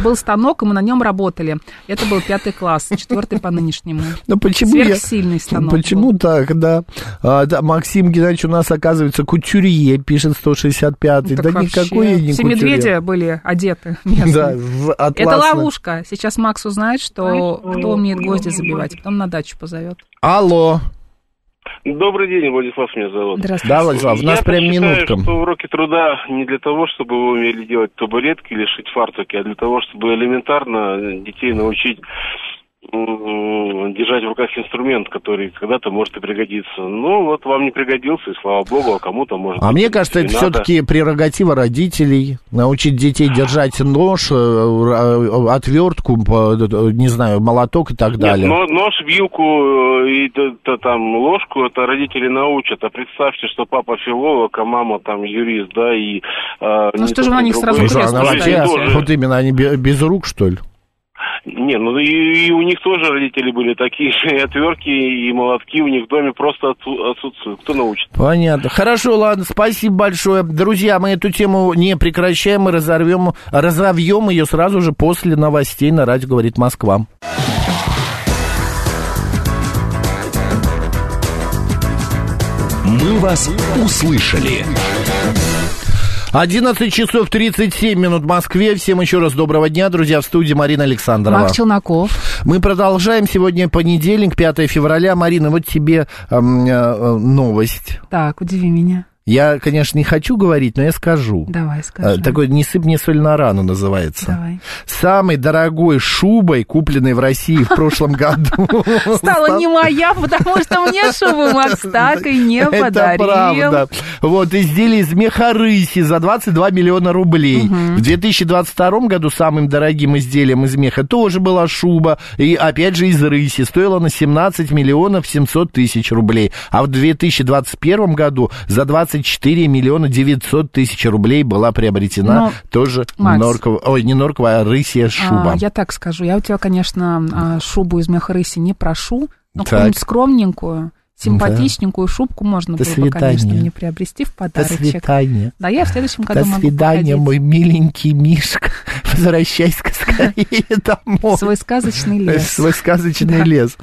Speaker 2: Был станок, и мы на нем работали. Это был пятый класс, четвертый по нынешнему.
Speaker 5: Ну почему я-
Speaker 2: Сверхсильный станок.
Speaker 5: Почему
Speaker 2: был.
Speaker 5: так, да? А, да, Максим Геннадьевич у нас, оказывается, кутюрье, пишет 165-й.
Speaker 2: Ну, так
Speaker 5: да
Speaker 2: вообще.
Speaker 5: никакой я не
Speaker 2: Все
Speaker 5: кутюрье.
Speaker 2: медведи были одеты.
Speaker 5: Да,
Speaker 2: местные.
Speaker 5: в
Speaker 2: Это
Speaker 5: атласной.
Speaker 2: ловушка. Сейчас Макс узнает, что кто умеет гвозди забивать, потом на дачу позовет.
Speaker 5: Алло.
Speaker 6: Добрый день, Владислав меня зовут.
Speaker 2: Здравствуйте.
Speaker 5: Да, Владислав, у нас
Speaker 6: Я
Speaker 5: прям
Speaker 6: считаю,
Speaker 5: минутка.
Speaker 6: что уроки труда не для того, чтобы вы умели делать табуретки или шить фартуки, а для того, чтобы элементарно детей научить м, держать в руках инструмент, который когда-то может и пригодиться. Ну, вот вам не пригодился, и слава богу, а кому-то может
Speaker 5: А
Speaker 6: быть,
Speaker 5: мне кажется,
Speaker 6: и
Speaker 5: это
Speaker 6: надо.
Speaker 5: все-таки прерогатива родителей. Научить детей держать нож, э, э, отвертку, э, э, не знаю, молоток и так
Speaker 6: Нет, ну,
Speaker 5: далее.
Speaker 6: но- нож, вилку э, и т- т- там ложку, это родители научат. А представьте, что папа филолог, а мама там юрист, да, и... э,
Speaker 2: Ну
Speaker 6: ни
Speaker 2: что
Speaker 6: тот,
Speaker 2: же вы на
Speaker 6: ни
Speaker 2: них
Speaker 6: другой.
Speaker 2: сразу
Speaker 5: Слушай,
Speaker 2: крест
Speaker 5: она
Speaker 6: Ну,
Speaker 2: ставите?
Speaker 5: вообще,
Speaker 6: тоже-
Speaker 5: вот именно, они бе- без рук, что ли?
Speaker 6: Не, ну и, и у них тоже родители были такие же, и отвертки, и молотки у них в доме просто отсу- отсутствуют. Кто научит?
Speaker 5: Понятно. Хорошо, ладно, спасибо большое. Друзья, мы эту тему не прекращаем, мы разорвем, разовьем ее сразу же после новостей на радио «Говорит Москва».
Speaker 3: «Мы вас услышали».
Speaker 5: 11 часов 37 минут в Москве. Всем еще раз доброго дня, друзья, в студии Марина Александрова.
Speaker 2: Мак Челноков.
Speaker 5: Мы продолжаем. Сегодня понедельник, 5 февраля. Марина, вот тебе эм, э, э, новость.
Speaker 2: Так, удиви меня.
Speaker 5: Я, конечно, не хочу говорить, но я скажу.
Speaker 2: Давай,
Speaker 5: Э,
Speaker 2: скажи.
Speaker 5: Такой «Не сыпь мне соль на рану» называется.
Speaker 2: Давай.
Speaker 5: Самой дорогой шубой, купленной в России в прошлом году.
Speaker 2: Стала не моя, потому что мне шубу Макс так и не
Speaker 5: Это
Speaker 2: подарил.
Speaker 5: правда. Вот, изделие из меха рыси за 22 миллиона рублей. В 2022 году самым дорогим изделием из меха тоже была шуба. И опять же из рыси. Стоила она 17 миллионов 700 тысяч рублей. А в 2021 году за 24 миллиона 900 тысяч рублей была приобретена
Speaker 2: Ну,
Speaker 5: тоже
Speaker 2: Макс.
Speaker 5: норковая, ой, не норковая, а рысья шуба.
Speaker 2: А, я так скажу. Я у тебя, конечно, а, шубу из меха рыси не прошу, но
Speaker 5: Так.
Speaker 2: какую-нибудь скромненькую, симпатичненькую шубку можно
Speaker 5: До
Speaker 2: было бы, конечно,
Speaker 5: свидания.
Speaker 2: мне приобрести в
Speaker 5: До
Speaker 2: подарочек.
Speaker 5: свидания.
Speaker 2: Да, я в следующем году
Speaker 5: До
Speaker 2: могу
Speaker 5: свидания,
Speaker 2: походить.
Speaker 5: мой миленький Мишка. Возвращайся скорее домой.
Speaker 2: Свой сказочный
Speaker 5: Э,
Speaker 2: лес.
Speaker 5: Свой сказочный
Speaker 2: Да.
Speaker 5: лес.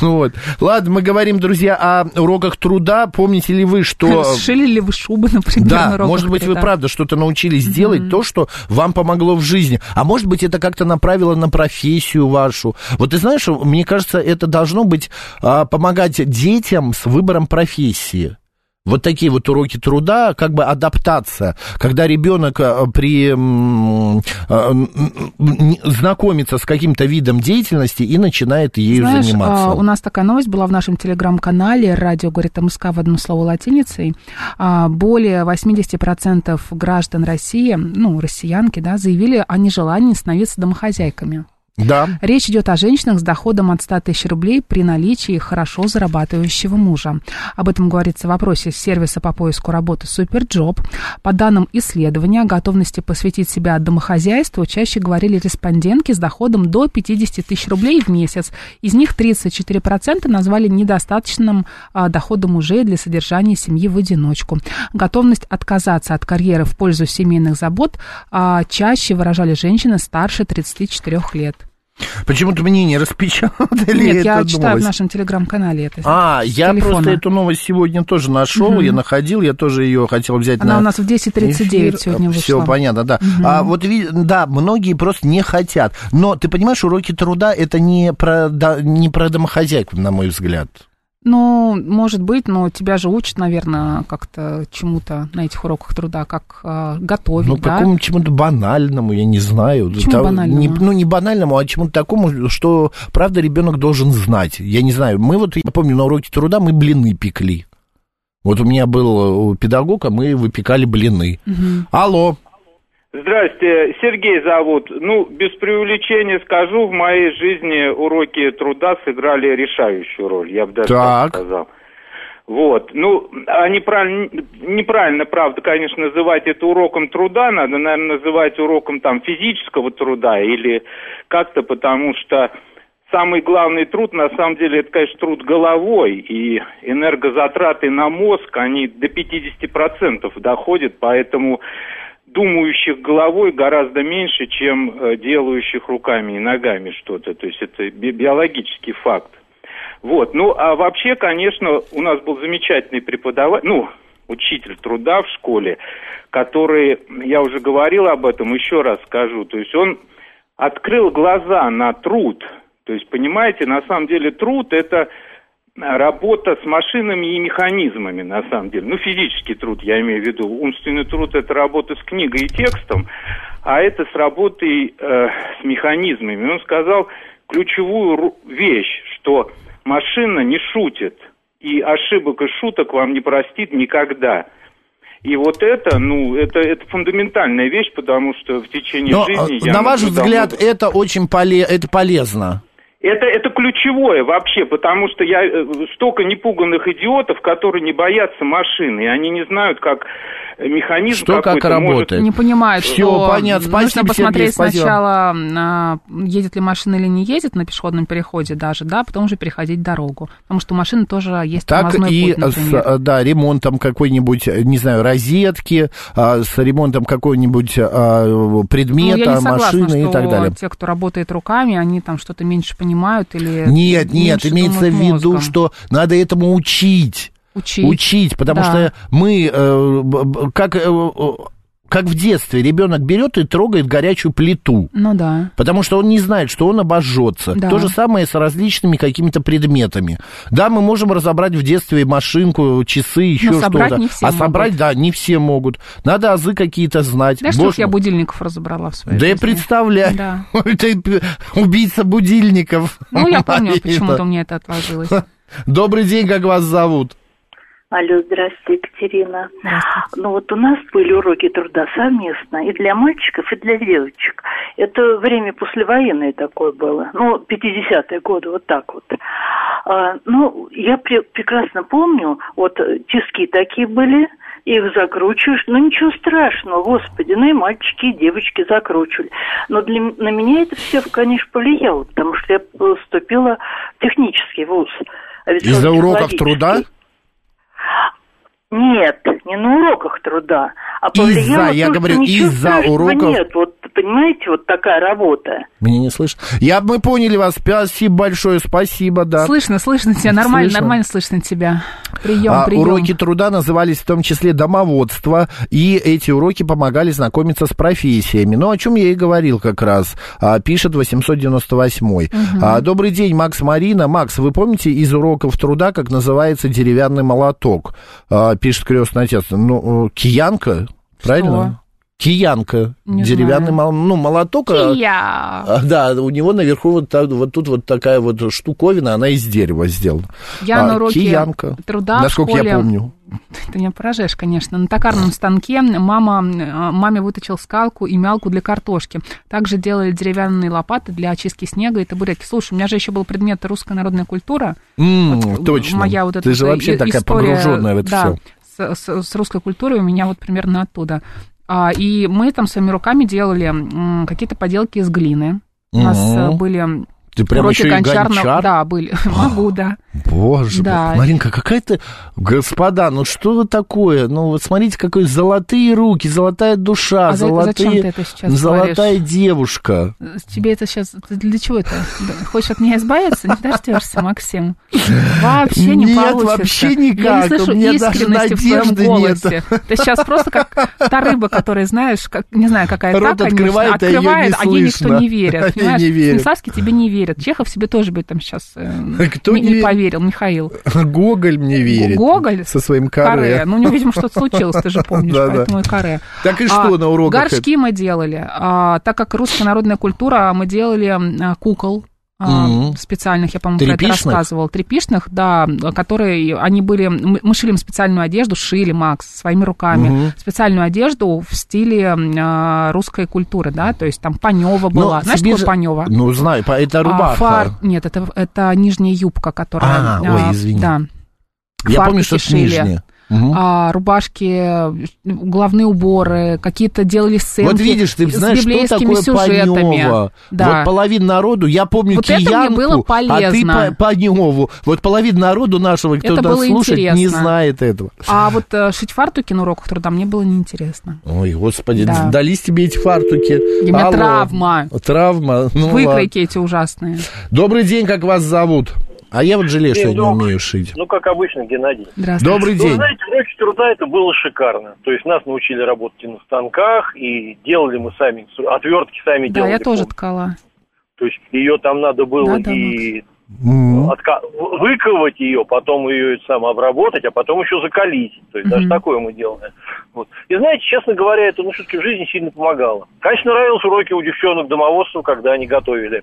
Speaker 5: Ну Вот. Ладно, мы говорим, друзья, о уроках труда. Помните ли вы, что...
Speaker 2: Сшили ли вы шубы, например, на
Speaker 5: Да,
Speaker 2: уроках
Speaker 5: может быть, вы
Speaker 2: труда?
Speaker 5: правда что-то научились делать, то, что вам помогло в жизни. А может быть, это как-то направило на профессию вашу. Вот ты знаешь, мне кажется, это должно быть а, помогать детям с выбором профессии. Вот такие вот уроки труда, как бы адаптация, когда ребенок а, при м, а, м, м, знакомится с каким-то видом деятельности и начинает ею
Speaker 2: Знаешь,
Speaker 5: заниматься.
Speaker 2: а, у нас такая новость была в нашем телеграм-канале «Радио говорит МСК» в одно слово латиницей. А, Более 80% граждан России, ну, россиянки, да, заявили о нежелании становиться домохозяйками.
Speaker 5: Да.
Speaker 2: Речь идет о женщинах с доходом от 100 тысяч рублей при наличии хорошо зарабатывающего мужа. Об этом говорится в вопросе сервиса по поиску работы «Суперджоп». По данным исследования, о готовности посвятить себя домохозяйству чаще говорили респондентки с доходом до 50 тысяч рублей в месяц. Из них 34% назвали недостаточным а, доходом мужей для содержания семьи в одиночку. Готовность отказаться от карьеры в пользу семейных забот а, чаще выражали женщины старше 34 лет.
Speaker 5: Почему-то мне не распечатали
Speaker 2: Нет,
Speaker 5: эту
Speaker 2: я читаю
Speaker 5: новость.
Speaker 2: в нашем телеграм-канале это.
Speaker 5: А, я
Speaker 2: телефона.
Speaker 5: просто эту новость сегодня тоже нашел, я находил, я тоже ее хотел взять
Speaker 2: Она
Speaker 5: на
Speaker 2: у нас в 10.39 сегодня вышла.
Speaker 5: Все понятно, да. А вот ви- да, многие просто не хотят. Но ты понимаешь, уроки труда это не про да- не про домохозяйку, на мой взгляд.
Speaker 2: Ну, может быть, но тебя же учат, наверное, как-то чему-то на этих уроках труда, как э, готовить,
Speaker 5: Ну,
Speaker 2: да?
Speaker 5: какому чему-то банальному, я не знаю.
Speaker 2: Почему
Speaker 5: Та-
Speaker 2: банальному?
Speaker 5: не- ну, не банальному, а чему-то такому, что, правда, ребенок должен знать. Я не знаю, мы вот, я помню, на уроке труда мы блины пекли. Вот у меня был э, педагог, а мы выпекали блины. Алло.
Speaker 7: Здрасте, Сергей зовут. Ну, без преувеличения скажу, в моей жизни уроки труда сыграли решающую роль, я бы даже так,
Speaker 5: Так.
Speaker 7: сказал. Вот, ну, а неправильно, неправильно, правда, конечно, называть это уроком труда, надо, наверное, называть уроком там физического труда или как-то, потому что самый главный труд, на самом деле, это, конечно, труд головой, и энергозатраты на мозг, они до 50% доходят, поэтому думающих головой гораздо меньше, чем э, делающих руками и ногами что-то. То есть это би- биологический факт. Вот. Ну, а вообще, конечно, у нас был замечательный преподаватель, ну, учитель труда в школе, который, я уже говорил об этом, еще раз скажу. То есть он открыл глаза на труд. То есть, понимаете, на самом деле труд – это работа с машинами и механизмами, на самом деле. Ну, физический труд, я имею в виду. Умственный труд – это работа с книгой и текстом, а это с работой э, с механизмами. И Он сказал, ключевую ру- вещь, что машина не шутит, и ошибок и шуток вам не простит никогда. И вот это, ну, это, это фундаментальная вещь, потому что в течение
Speaker 5: Но,
Speaker 7: жизни...
Speaker 5: а, на ваш
Speaker 7: наблюдал
Speaker 5: взгляд, это очень поле- это полезно.
Speaker 7: это, это ключевое вообще, потому что я э, столько непуганных идиотов, которые не боятся машины, и они не знают, как э, механизм
Speaker 5: Что, как
Speaker 7: какой-то может-
Speaker 5: работает?
Speaker 2: Не понимают,
Speaker 5: Всё,
Speaker 2: что
Speaker 5: понятно. Спасибо,
Speaker 2: нужно посмотреть
Speaker 5: Сергей, спасибо.
Speaker 2: сначала, а, едет ли машина или не едет на пешеходном переходе даже, да, потом уже переходить дорогу. Потому что у машины тоже есть
Speaker 5: Так
Speaker 2: тормозной
Speaker 5: и э,
Speaker 2: путь, например.
Speaker 5: с да, ремонтом какой-нибудь, э, не знаю, розетки, а, с ремонтом какого-нибудь а,
Speaker 2: Ну, я
Speaker 5: предмета,
Speaker 2: не согласна,
Speaker 5: машины
Speaker 2: что
Speaker 5: и так далее.
Speaker 2: те, кто работает руками, они там что-то меньше понимают или
Speaker 5: Нет, нет,
Speaker 2: меньше
Speaker 5: имеется в
Speaker 2: думают
Speaker 5: виду,
Speaker 2: мозгом.
Speaker 5: что надо этому учить.
Speaker 2: Учить.
Speaker 5: потому
Speaker 2: Да.
Speaker 5: что мы, э, б- б- как, э, э, как в детстве, ребенок берет и трогает горячую плиту.
Speaker 2: Ну да.
Speaker 5: Потому что он не знает, что он обожжется.
Speaker 2: Да.
Speaker 5: То же самое с различными какими-то предметами. Да, мы можем разобрать в детстве машинку, часы, еще
Speaker 2: Но собрать
Speaker 5: что-то.
Speaker 2: не все
Speaker 5: а собрать,
Speaker 2: могут.
Speaker 5: да, не все могут. Надо азы какие-то знать.
Speaker 2: Знаешь, сколько
Speaker 5: Боже
Speaker 2: я
Speaker 5: мой.
Speaker 2: будильников разобрала в своей
Speaker 5: Да я
Speaker 2: жизни?
Speaker 5: представляю.
Speaker 2: Да.
Speaker 5: Ты п- убийца будильников.
Speaker 2: Ну, я помню,
Speaker 5: Марина.
Speaker 2: почему-то у меня это отложилось.
Speaker 5: Добрый день, как вас зовут?
Speaker 8: Алло, здравствуйте, Екатерина. Ну вот у нас были уроки труда совместно и для мальчиков, и для девочек. Это время послевоенное такое было. Ну, 50-е годы, вот так вот. А, ну, я пре- прекрасно помню, вот э, тиски такие были, их закручиваешь, ну ничего страшного, господи, ну и мальчики, и девочки закручивали. Но для, м- на меня это все, конечно, повлияло, потому что я поступила в технический вуз. А ведь
Speaker 5: Из-за
Speaker 8: он
Speaker 5: уроков
Speaker 8: технологический.
Speaker 5: труда?
Speaker 8: Нет, не на уроках труда, а
Speaker 5: Из-за,
Speaker 8: повлияло
Speaker 5: я
Speaker 8: то, что
Speaker 5: говорю,
Speaker 8: ничего
Speaker 5: из-за
Speaker 8: страшного
Speaker 5: уроков.
Speaker 8: Нет, вот понимаете, вот такая работа.
Speaker 5: Меня не слышно. Я, мы поняли вас. Спасибо большое, спасибо, да.
Speaker 2: Слышно, слышно тебя, нормально,
Speaker 5: Слышно.
Speaker 2: нормально слышно тебя. Прием,
Speaker 5: А,
Speaker 2: прием.
Speaker 5: Уроки труда назывались в том числе домоводство, и эти уроки помогали знакомиться с профессиями. Ну, о чем я и говорил как раз, а, пишет 898. А, добрый день, Макс Марина. Макс, вы помните из уроков труда, как называется деревянный молоток? А, пишет крестный отец. Ну, э, киянка, правильно? Киянка,
Speaker 2: Не
Speaker 5: деревянный мол- ну, молоток, а,
Speaker 2: Я.
Speaker 5: а, Да, у него наверху вот, та- вот тут вот такая вот штуковина, она из дерева сделана.
Speaker 2: Я
Speaker 5: А,
Speaker 2: на уроке
Speaker 5: киянка,
Speaker 2: труда в
Speaker 5: насколько
Speaker 2: школе-
Speaker 5: я помню.
Speaker 2: Ты меня поражаешь, конечно. На токарном станке мама, э, маме выточил скалку и мялку для картошки. Также делали деревянные лопаты для очистки снега и табуретки. Слушай, у меня же еще был предмет русская народная культура.
Speaker 5: М, точно.
Speaker 2: Моя вот эта
Speaker 5: Ты же
Speaker 2: вот
Speaker 5: вообще
Speaker 2: и-
Speaker 5: такая
Speaker 2: история,
Speaker 5: погруженная в это
Speaker 2: да,
Speaker 5: все.
Speaker 2: С, с- с русской культурой у меня вот примерно оттуда. А, и мы там своими руками делали м, какие-то поделки из глины. У нас э,
Speaker 5: Мгм.
Speaker 2: были
Speaker 5: Ты прям
Speaker 2: уроки
Speaker 5: еще и
Speaker 2: гончарного-
Speaker 5: гончар?
Speaker 2: Да, были. Могу, да.
Speaker 5: Боже
Speaker 2: Да.
Speaker 5: мой. Маринка, какая ты... Господа, ну что вы такое? Ну вот смотрите, какие золотые руки, золотая душа,
Speaker 2: А за-
Speaker 5: золотые...
Speaker 2: зачем ты это сейчас
Speaker 5: Золотая
Speaker 2: говоришь?
Speaker 5: девушка.
Speaker 2: Тебе это сейчас... Для чего это? Да, Хочешь от меня избавиться? Не дождешься, Максим. Вообще не
Speaker 5: Нет,
Speaker 2: получится.
Speaker 5: вообще
Speaker 2: Я не
Speaker 5: никак. У
Speaker 2: слышу
Speaker 5: меня даже
Speaker 2: искренности в твоем
Speaker 5: надежды нет.
Speaker 2: голосе. Ты сейчас просто как та рыба, которая, знаешь, как, не знаю, какая
Speaker 5: Рот
Speaker 2: та,
Speaker 5: открывает, а
Speaker 2: конечно,
Speaker 5: её не
Speaker 2: открывает, а ей
Speaker 5: слышно.
Speaker 2: никто не верит.
Speaker 5: Они
Speaker 2: понимаешь?
Speaker 5: не верят.
Speaker 2: Станиславский тебе не верит. Чехов себе тоже бы там сейчас э,
Speaker 5: Кто
Speaker 2: не,
Speaker 5: не
Speaker 2: не
Speaker 5: верит?
Speaker 2: поверил, Михаил.
Speaker 5: Гоголь мне верит.
Speaker 2: Гоголь?
Speaker 5: Со своим
Speaker 2: Каре.
Speaker 5: каре.
Speaker 2: Ну, у него, видимо, что-то случилось, ты же помнишь,
Speaker 5: Да-да.
Speaker 2: поэтому и каре.
Speaker 5: Так и что на уроках
Speaker 2: А,
Speaker 5: это?
Speaker 2: Горшки мы делали. А, так как русская народная культура, мы делали а, кукол а,
Speaker 5: Мгм.
Speaker 2: специальных, я, по-моему, про это
Speaker 5: Тряпичных?
Speaker 2: рассказывал. Тряпичных, да, которые, они были, мы мы шили им специальную одежду, шили, Макс, своими руками.
Speaker 5: Мгм.
Speaker 2: Специальную одежду в стиле а, русской культуры, да, то есть там панева была. Знаешь,
Speaker 5: Ну, тебе
Speaker 2: такое
Speaker 5: же-
Speaker 2: панева?
Speaker 5: Ну, знаю, па- это
Speaker 2: А,
Speaker 5: рубаха.
Speaker 2: фар... Нет, это, это нижняя юбка, которая...
Speaker 5: А, ой, извини.
Speaker 2: Да.
Speaker 5: Я
Speaker 2: фартуки
Speaker 5: помню, что это
Speaker 2: шили.
Speaker 5: нижняя. Мгм.
Speaker 2: а, рубашки, головные уборы, какие-то делали сценки
Speaker 5: Вот видишь, ты
Speaker 2: с
Speaker 5: знаешь, что
Speaker 2: библейскими
Speaker 5: такое
Speaker 2: сюжетами.
Speaker 5: Панева.
Speaker 2: Да.
Speaker 5: Вот половина народу, я помню
Speaker 2: Вот это мне
Speaker 5: киянку,
Speaker 2: было
Speaker 5: а ты
Speaker 2: полезно.
Speaker 5: Па- Паневу. Вот половина народу нашего, кто
Speaker 2: Это
Speaker 5: нас
Speaker 2: было
Speaker 5: слушает, не
Speaker 2: интересно.
Speaker 5: знает этого.
Speaker 2: А вот э, шить фартуки на уроках труда мне было неинтересно.
Speaker 5: Ой, господи,
Speaker 2: Да.
Speaker 5: дались тебе эти фартуки.
Speaker 2: У меня
Speaker 5: Алло.
Speaker 2: травма.
Speaker 5: Травма. Ну,
Speaker 2: Выкройки эти ужасные.
Speaker 5: ладно. Добрый день, как вас зовут? А я вот жалею, что я не умею шить.
Speaker 9: Ну, как обычно, Геннадий.
Speaker 2: Здравствуйте.
Speaker 5: Добрый
Speaker 9: Ну,
Speaker 5: день.
Speaker 9: знаете, уроки труда это было шикарно. То есть нас научили работать и на станках, и делали мы сами, инстру- отвертки сами
Speaker 2: Да,
Speaker 9: делали.
Speaker 2: я тоже
Speaker 9: помню.
Speaker 2: ткала.
Speaker 9: То есть ее там надо было
Speaker 2: Да-да,
Speaker 9: и отка- в- выковать ее, потом ее сам обработать, а потом еще закалить. То есть даже
Speaker 2: Мгм.
Speaker 9: такое мы делали. Вот. И знаете, честно говоря, это ну, все-таки в жизни сильно помогало. Конечно, нравились уроки у девчонок домоводства, когда они готовили.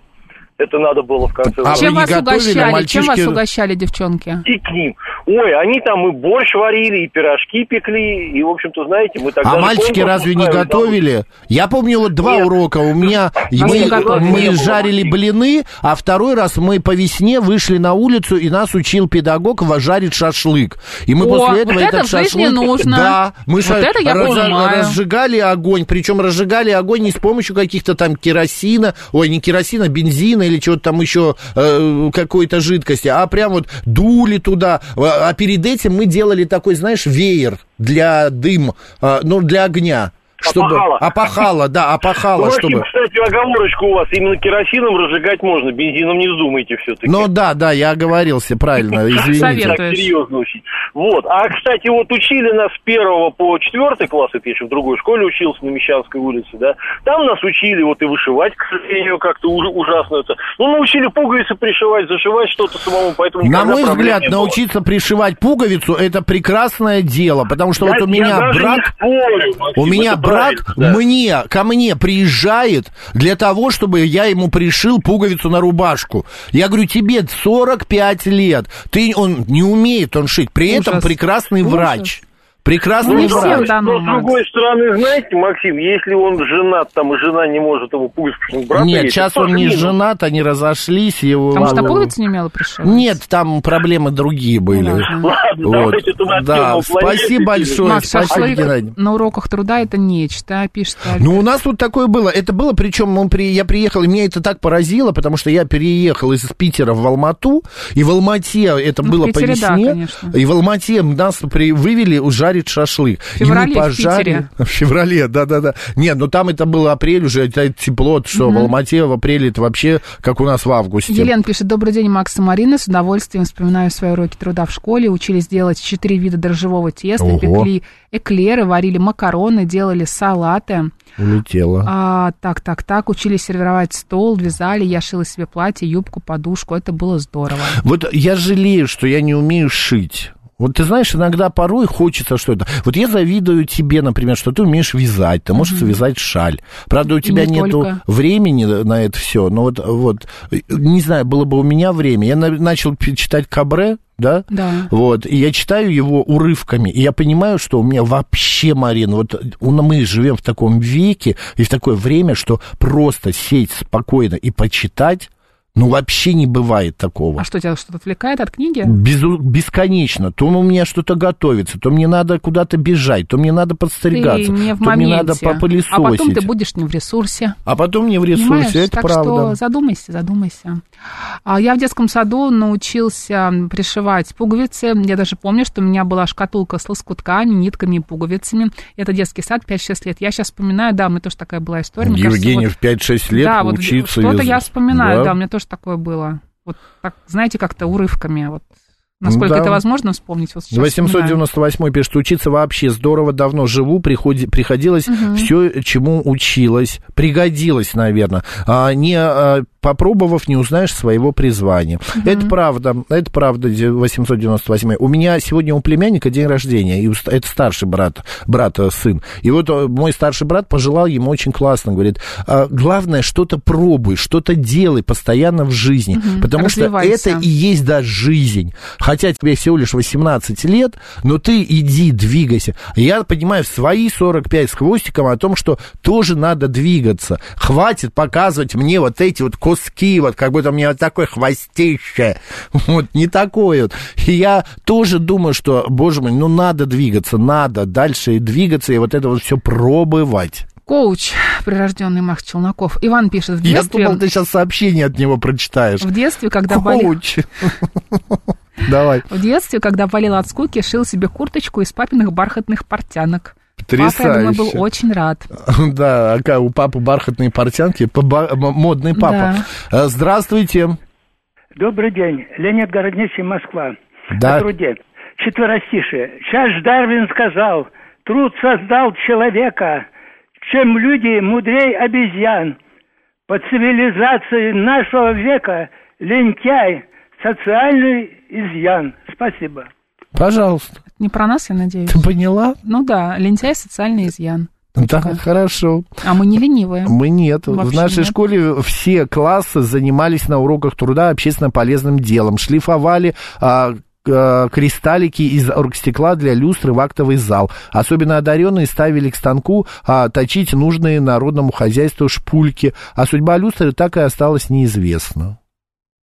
Speaker 9: Это надо было в конце.
Speaker 5: А
Speaker 2: Чем
Speaker 5: вы не
Speaker 2: вас
Speaker 5: готовили, Ну
Speaker 2: угощали? Чем вас
Speaker 5: мальчишки?
Speaker 2: угощали, девчонки?
Speaker 9: И к ним. Ой, они там и борщ варили, и пирожки пекли, и, в общем-то, знаете, мы тогда...
Speaker 5: А
Speaker 9: же
Speaker 5: мальчики
Speaker 9: конкурс
Speaker 5: разве не
Speaker 9: устраивали, там
Speaker 5: готовили? Я помню вот два урока. У меня
Speaker 2: А
Speaker 9: Нас не
Speaker 5: мы,
Speaker 9: готовили.
Speaker 5: мы
Speaker 9: Не было
Speaker 5: жарили блины, а второй раз мы по весне вышли на улицу и нас учил педагог во- жарить шашлык. И мы
Speaker 2: О,
Speaker 5: после этого
Speaker 2: вот это
Speaker 5: этот
Speaker 2: в жизни
Speaker 5: шашлык,
Speaker 2: нужно.
Speaker 5: да, мы
Speaker 2: Вот
Speaker 5: ша-
Speaker 2: это я
Speaker 5: раз-
Speaker 2: понимаю.
Speaker 5: разжигали огонь, причем разжигали огонь не с помощью каких-то там керосина, ой, не керосина, бензина или чего-то там еще э, какой-то жидкости, а прям вот дули туда. А а перед этим мы делали такой, знаешь, веер для дым, э, ну для огня. Чтобы...
Speaker 9: Опахало.
Speaker 5: Опахало, да, опахало,
Speaker 9: Ну,
Speaker 5: чтобы...
Speaker 9: Кстати, оговорочку у вас. Именно керосином разжигать можно, бензином не думайте все-таки.
Speaker 5: Ну да, да, я оговорился, правильно,
Speaker 9: Так
Speaker 5: извините.
Speaker 9: а серьезно учить. Вот. А, кстати, вот учили нас с первого по четвертый класс, это я еще в другой школе учился на Мещанской улице, да. Там нас учили вот и вышивать, к сожалению, как-то уж- ужасно это. Ну, научили пуговицы пришивать, зашивать что-то самому, поэтому
Speaker 5: На
Speaker 9: никогда
Speaker 5: мой
Speaker 9: проблем
Speaker 5: взгляд,
Speaker 9: не было.
Speaker 5: научиться пришивать пуговицу – это прекрасное дело, потому что
Speaker 9: Я-
Speaker 5: вот у
Speaker 9: я
Speaker 5: меня
Speaker 9: даже не
Speaker 5: брат...
Speaker 9: спорю, Максим,
Speaker 5: У меня
Speaker 9: это
Speaker 5: брат
Speaker 9: правильно, да.
Speaker 5: мне, ко мне приезжает для того, чтобы я ему пришил пуговицу на рубашку. Я говорю, тебе 45 лет. Ты, он не умеет он шить. При этом
Speaker 2: Ужас.
Speaker 5: прекрасный
Speaker 2: Ужас.
Speaker 5: врач. Прекрасный
Speaker 9: Ну,
Speaker 2: не
Speaker 9: да.
Speaker 5: врач.
Speaker 2: всем дано,
Speaker 9: Но с
Speaker 2: Макс.
Speaker 9: другой стороны, знаете, Максим, если он женат, там и жена не может ему пуговицу, потому что брат
Speaker 5: Нет,
Speaker 9: есть,
Speaker 5: сейчас
Speaker 9: это
Speaker 5: он
Speaker 9: тоже
Speaker 5: не
Speaker 9: минус.
Speaker 5: женат, они разошлись. Его...
Speaker 2: Потому что Ну
Speaker 5: Ла-ла-ла.
Speaker 2: пуговицу не умела пришивать?
Speaker 5: Нет, там проблемы другие были.
Speaker 2: ладно.
Speaker 9: Ладно,
Speaker 5: Вот.
Speaker 9: давайте туда
Speaker 5: Да,
Speaker 9: тему планеты
Speaker 5: спасибо
Speaker 9: перейдем.
Speaker 5: большое,
Speaker 2: Макс,
Speaker 5: спасибо,
Speaker 2: шашлык
Speaker 5: Геннадий.
Speaker 2: на уроках труда это нечто, а пишет Альберт.
Speaker 5: Ну, у нас вот такое было. Это было, причем мы при, я приехал, и меня это так поразило, потому что я переехал из Питера в Алмату, и в Алмате это
Speaker 2: Ну, в
Speaker 5: было по
Speaker 2: Питере, да,
Speaker 5: весне,
Speaker 2: конечно.
Speaker 5: и в Алмате нас при, вывели жарить шашлык.
Speaker 2: В
Speaker 5: И мы
Speaker 2: феврале в
Speaker 5: пожарили-
Speaker 2: Питере.
Speaker 5: В феврале, да-да-да. Нет, ну там это было апрель уже, это тепло, что в Алмате в апреле это вообще как у нас в августе.
Speaker 2: Елена пишет, добрый день, Макс и Марина. С удовольствием вспоминаю свои уроки труда в школе. Учились делать четыре вида дрожжевого теста,
Speaker 5: Ого.
Speaker 2: пекли эклеры, варили макароны, делали салаты.
Speaker 5: Улетела.
Speaker 2: А, так, так, так, учились сервировать стол, вязали, я шила себе платье, юбку, подушку. Это было здорово.
Speaker 5: Вот я жалею, что я не умею шить. Вот ты знаешь, иногда порой хочется что-то. Вот я завидую тебе, например, что ты умеешь вязать, ты можешь связать шаль. Правда, у тебя
Speaker 2: не
Speaker 5: нету
Speaker 2: только.
Speaker 5: времени на это все. Но вот, вот, не знаю, было бы у меня время. Я на- начал пи- читать Кабре, да?
Speaker 2: Да.
Speaker 5: Вот, и я читаю его урывками, и я понимаю, что у меня вообще, Марин, вот у- мы живем в таком веке и в такое время, что просто сесть спокойно и почитать, ну, вообще не бывает такого.
Speaker 2: А что, тебя что-то отвлекает от книги?
Speaker 5: Безу- бесконечно. То у меня что-то готовится, то мне надо куда-то бежать, то мне надо подстригаться,
Speaker 2: ты не в
Speaker 5: то
Speaker 2: моменте.
Speaker 5: мне надо попылесосить.
Speaker 2: А потом ты будешь не в ресурсе.
Speaker 5: А потом не в
Speaker 2: Понимаешь?
Speaker 5: ресурсе, это
Speaker 2: так что
Speaker 5: правда.
Speaker 2: задумайся, задумайся. А Я в детском саду научился пришивать пуговицы. Я даже помню, что у меня была шкатулка с лоскутками, нитками и пуговицами. Это детский сад, 5-6 лет. Я сейчас вспоминаю, да, у меня тоже такая была история. Мне кажется,
Speaker 5: Евгений
Speaker 2: вот-
Speaker 5: в 5-6 лет
Speaker 2: да, вот
Speaker 5: учиться.
Speaker 2: что-то
Speaker 5: из-
Speaker 2: я вспоминаю, да.
Speaker 5: Да.
Speaker 2: у меня тоже такое было. Вот так, знаете, как-то урывками, вот насколько
Speaker 5: Да.
Speaker 2: это возможно вспомнить. Вот сейчас вспоминаю.
Speaker 5: 898 пишет, учиться вообще здорово, давно живу, приходи, приходилось
Speaker 2: Мгм.
Speaker 5: все, чему училась, пригодилось, наверное. А, не а, попробовав, не узнаешь своего призвания. Это правда, это правда, де- 898. У меня сегодня у племянника день рождения, и у ст- это старший брат, брат, э, сын. И вот э, мой старший брат пожелал ему очень классно, говорит, «А, главное, что-то пробуй, что-то делай постоянно в жизни, потому что
Speaker 2: развивайся.
Speaker 5: это и есть да жизнь. Хотя тебе всего лишь 18 лет, но ты иди, двигайся. Я понимаю в свои 45 с хвостиком о том, что тоже надо двигаться. Хватит показывать мне вот эти вот куски, вот как будто у меня вот такое хвостище. Вот не такое вот. И я тоже думаю, что, боже мой, ну надо двигаться, надо дальше и двигаться, и вот это вот все пробывать.
Speaker 2: Коуч, прирожденный Макс Челноков. Иван пишет, в
Speaker 5: Я
Speaker 2: детстве,
Speaker 5: думал, ты сейчас сообщение от него прочитаешь.
Speaker 2: в детстве когда болел...
Speaker 5: Коуч. Давай.
Speaker 2: В детстве, когда болел от скуки, шил себе курточку из папиных бархатных портянок. Папа, я думаю,
Speaker 5: Потрясающе.
Speaker 2: был очень рад.
Speaker 5: Да, а ка- у папы бархатные портянки, паба- м- модный папа. Э, Здравствуйте.
Speaker 10: Добрый день. Леонид Городничий, Москва.
Speaker 5: Да.
Speaker 10: О труде. Четверостишие. Чаш Дарвин сказал, труд создал человека, чем люди мудрей обезьян. По цивилизации нашего века лентяй, социальный изъян. Спасибо.
Speaker 5: Пожалуйста.
Speaker 2: Не про нас, я надеюсь.
Speaker 5: Ты поняла?
Speaker 2: Ну да, лентяй – социальный изъян.
Speaker 5: Да, хорошо.
Speaker 2: А мы не ленивые.
Speaker 5: Мы нет. в
Speaker 2: Вообще
Speaker 5: нашей
Speaker 2: нет.
Speaker 5: школе все классы занимались на уроках труда общественно полезным делом, шлифовали а, к- а, кристаллики из оргстекла для люстры в актовый зал. Особенно одаренные ставили к станку а, точить нужные народному хозяйству шпульки, а судьба люстры так и осталась неизвестна.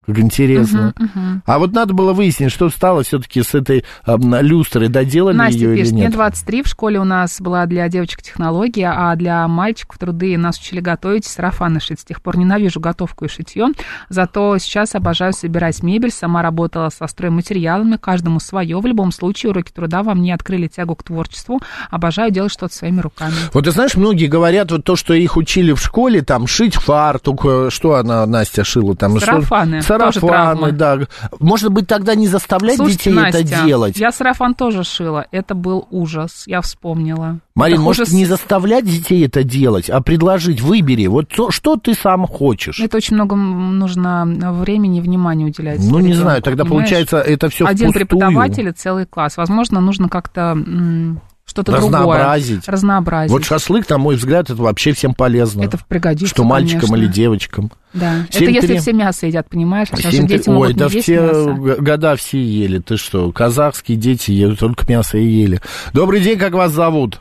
Speaker 5: Как интересно.
Speaker 2: Мгм, мгм.
Speaker 5: А вот надо было выяснить, что стало все-таки с этой а, м, люстрой, доделали
Speaker 2: Настя
Speaker 5: ее
Speaker 2: пишет,
Speaker 5: или
Speaker 2: мне
Speaker 5: нет?
Speaker 2: 23, в школе у нас была для девочек технология, а для мальчиков труды нас учили готовить, сарафаны шить. С тех пор ненавижу готовку и шитье, зато сейчас обожаю собирать мебель, сама работала со стройматериалами, каждому свое. В любом случае уроки труда во мне открыли тягу к творчеству, обожаю делать что-то своими руками.
Speaker 5: Вот ты знаешь, многие говорят, вот то, что их учили в школе, там, шить фартук, э, что она, Настя, шила там? что-
Speaker 2: Сарафаны. Тоже травма.
Speaker 5: Сарафаны, да. Может быть, тогда не заставлять
Speaker 2: Слушайте,
Speaker 5: детей
Speaker 2: Настя,
Speaker 5: это делать?
Speaker 2: я сарафан тоже шила, это был ужас, я вспомнила.
Speaker 5: Марин,
Speaker 2: Это
Speaker 5: может,
Speaker 2: хуже
Speaker 5: не заставлять детей это делать, а предложить, выбери, вот то, что ты сам хочешь.
Speaker 2: Это очень много м, нужно времени и внимания уделять.
Speaker 5: Ну, не
Speaker 2: ребенку,
Speaker 5: знаю, тогда
Speaker 2: понимаешь?
Speaker 5: получается, это всё
Speaker 2: Один
Speaker 5: впустую.
Speaker 2: преподаватель и целый класс. Возможно, нужно как-то м, что-то
Speaker 5: Разнообразить.
Speaker 2: другое. Разнообразить.
Speaker 5: Вот шашлык, на мой взгляд, это вообще всем полезно. Это
Speaker 2: пригодится,
Speaker 5: Что мальчикам
Speaker 2: конечно.
Speaker 5: или девочкам.
Speaker 2: Да.
Speaker 5: Семь
Speaker 2: это если
Speaker 5: три.
Speaker 2: все мясо едят, понимаешь? Сейчас же
Speaker 5: Семь
Speaker 2: дети
Speaker 5: три-
Speaker 2: могут
Speaker 5: Ой,
Speaker 2: не
Speaker 5: да в
Speaker 2: есть
Speaker 5: те
Speaker 2: мясо.
Speaker 5: г- года все ели. Ты что, казахские дети едят, только мясо и ели. Добрый день, как вас зовут?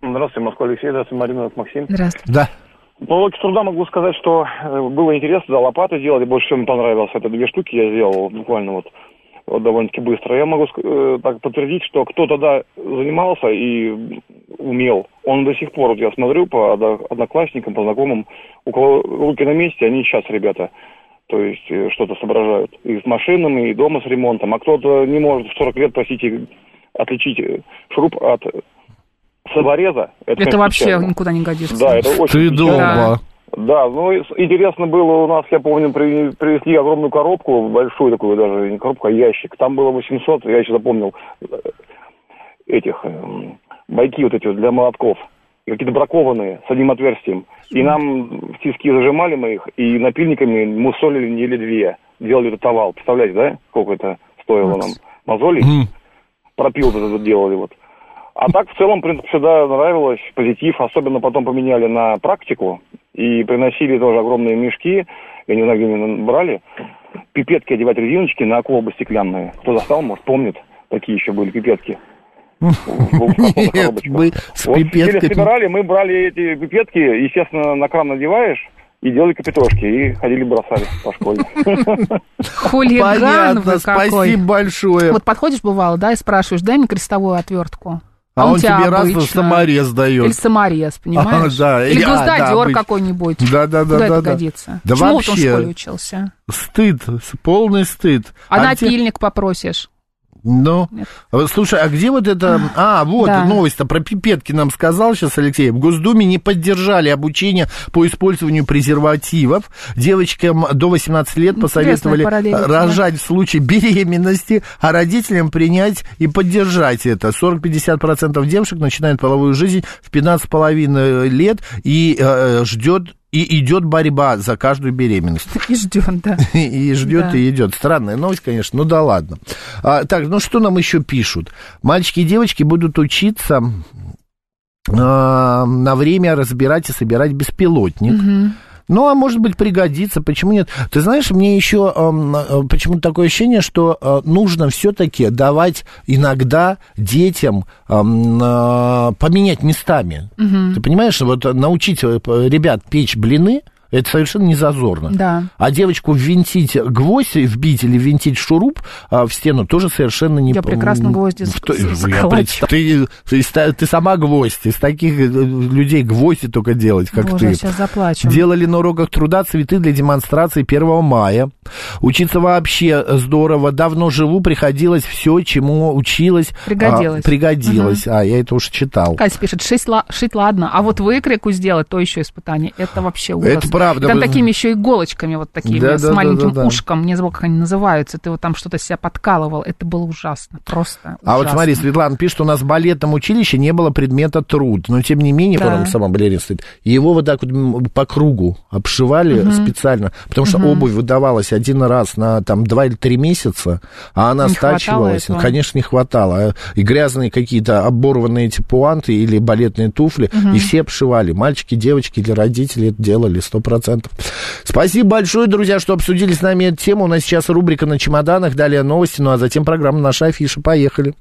Speaker 9: Здравствуйте, Москва Алексей, здравствуйте, Марина, это Максим.
Speaker 2: Здравствуйте.
Speaker 5: Да.
Speaker 9: Ну, уроки труда могу сказать, что э, было интересно, да, лопаты делали, больше всего мне понравилось. Это две штуки я сделал буквально вот, вот довольно-таки быстро. Я могу ск- э, так подтвердить, что кто тогда занимался и умел, он до сих пор, вот я смотрю по одно- одноклассникам, по знакомым, у кого руки на месте, они сейчас ребята. То есть э, что-то соображают и с машинами, и дома с ремонтом. А кто-то не может в 40 лет, простите, отличить э, шуруп от самореза.
Speaker 2: Это,
Speaker 9: конечно,
Speaker 2: вообще
Speaker 9: печально.
Speaker 2: никуда не годится.
Speaker 9: Да, это очень
Speaker 5: Ты
Speaker 9: печально.
Speaker 5: дома.
Speaker 9: Да, ну и с- интересно было у нас, я помню, при- привезли огромную коробку, большую такую даже, не коробку, а ящик. Там было 800, я еще запомнил, э, этих, эм, байки вот эти вот для молотков. И Какие-то бракованные, с одним отверстием. И нам в тиски зажимали мы их, и напильниками мусолили недели две. Делали этот овал, представляете, да, сколько это стоило нам мозолей? пропил вот это делали вот. А так, в целом, в принципе, всегда нравилось, позитив, особенно потом поменяли на практику, и приносили тоже огромные мешки, я не знаю, где они брали, пипетки одевать резиночки на колбы стеклянные. Кто застал, может, помнит, такие еще были пипетки.
Speaker 5: Нет, мы с
Speaker 9: Вот сидели,
Speaker 5: пипетками.
Speaker 9: собирали, мы брали эти пипетки, естественно, на кран надеваешь, и делали капитошки, и ходили бросали по школе.
Speaker 2: Хулиган
Speaker 5: Понятно,
Speaker 2: вы какой.
Speaker 5: спасибо большое.
Speaker 2: Вот подходишь, бывало, да, и спрашиваешь, дай мне крестовую отвертку.
Speaker 5: А он тебе раз
Speaker 2: обычно-
Speaker 5: саморез дает.
Speaker 2: Или саморез, понимаешь?
Speaker 5: А, да,
Speaker 2: Или
Speaker 5: я-
Speaker 2: гвоздодер
Speaker 5: да, обычно.
Speaker 2: какой-нибудь.
Speaker 5: Да, да, да,
Speaker 2: Куда
Speaker 5: да,
Speaker 2: это
Speaker 5: да.
Speaker 2: годится?
Speaker 5: Да
Speaker 2: Чему вот он в
Speaker 5: вообще.
Speaker 2: школе учился?
Speaker 5: Стыд, с- полный стыд.
Speaker 2: А,
Speaker 5: где-
Speaker 2: напильник попросишь?
Speaker 5: Ну, э, слушай, а где вот это... А, вот
Speaker 2: Да.
Speaker 5: новость-то про пипетки нам сказал сейчас Алексей. В Госдуме не поддержали обучение по использованию презервативов. Девочкам до 18 лет посоветовали
Speaker 2: параллель,
Speaker 5: э,
Speaker 2: да.
Speaker 5: рожать в случае беременности, а родителям принять и поддержать это. 40-50% девушек начинают половую жизнь в 15,5 лет и э, ждет и идет борьба за каждую беременность.
Speaker 2: И ждем, да.
Speaker 5: И и ждет,
Speaker 2: Да.
Speaker 5: и идет. Странная новость, конечно, ну да ладно. А, так, ну что нам еще пишут? Мальчики и девочки будут учиться а, на время разбирать и собирать беспилотник. Ну, а может быть, пригодится, почему нет? Ты знаешь, мне еще ам, э, почему-то такое ощущение, что э, нужно все-таки давать иногда детям ам, э, поменять местами.
Speaker 2: Мгм.
Speaker 5: Ты понимаешь, вот э, научить э, п- ребят печь блины, это совершенно не зазорно.
Speaker 2: Да.
Speaker 5: А девочку ввинтить гвоздь, вбить или ввинтить шуруп а, в стену тоже совершенно не...
Speaker 2: Я прекрасно гвозди
Speaker 5: В то-
Speaker 2: с-
Speaker 5: я
Speaker 2: сколачиваю.
Speaker 5: представ- ты, ты, ста- ты сама гвоздь. Из таких э, людей гвозди только делать, как
Speaker 2: Боже,
Speaker 5: ты.
Speaker 2: сейчас заплачу.
Speaker 5: Делали на уроках труда цветы для демонстрации 1 мая. Учиться вообще здорово. Давно живу, приходилось все, чему училась. а,
Speaker 2: Пригодилось.
Speaker 5: пригодилось. А, я это уже читал.
Speaker 2: Катя пишет, шить, ла- шить ладно, а вот выкройку сделать, то еще испытание. Это вообще ужас.
Speaker 5: Это правда.
Speaker 2: Там такими еще иголочками вот такими,
Speaker 5: Да,
Speaker 2: с
Speaker 5: да, да,
Speaker 2: маленьким
Speaker 5: да, да.
Speaker 2: ушком. Не забыл, как они называются. Ты вот там что-то себя подкалывал. Это было ужасно. Просто
Speaker 5: А вот
Speaker 2: ужасно.
Speaker 5: смотри, Светлана пишет, у нас в балетном училище не было предмета труд, но тем не менее,
Speaker 2: Да.
Speaker 5: потом сама балерина стоит, его вот так вот м, по кругу обшивали
Speaker 2: Мгм.
Speaker 5: специально, потому что
Speaker 2: Мгм.
Speaker 5: обувь выдавалась один раз на там два или три месяца, а она
Speaker 2: Не хватало
Speaker 5: стачивалась,
Speaker 2: этого?
Speaker 5: конечно, не хватало. А И грязные какие-то оборванные эти пуанты или балетные туфли,
Speaker 2: Мгм.
Speaker 5: и все обшивали. Мальчики, девочки или родители это делали, сто процентов. Спасибо большое, друзья, что обсудили с нами эту тему. У нас сейчас рубрика на чемоданах, далее новости, ну а затем программа «Наша афиша». Поехали.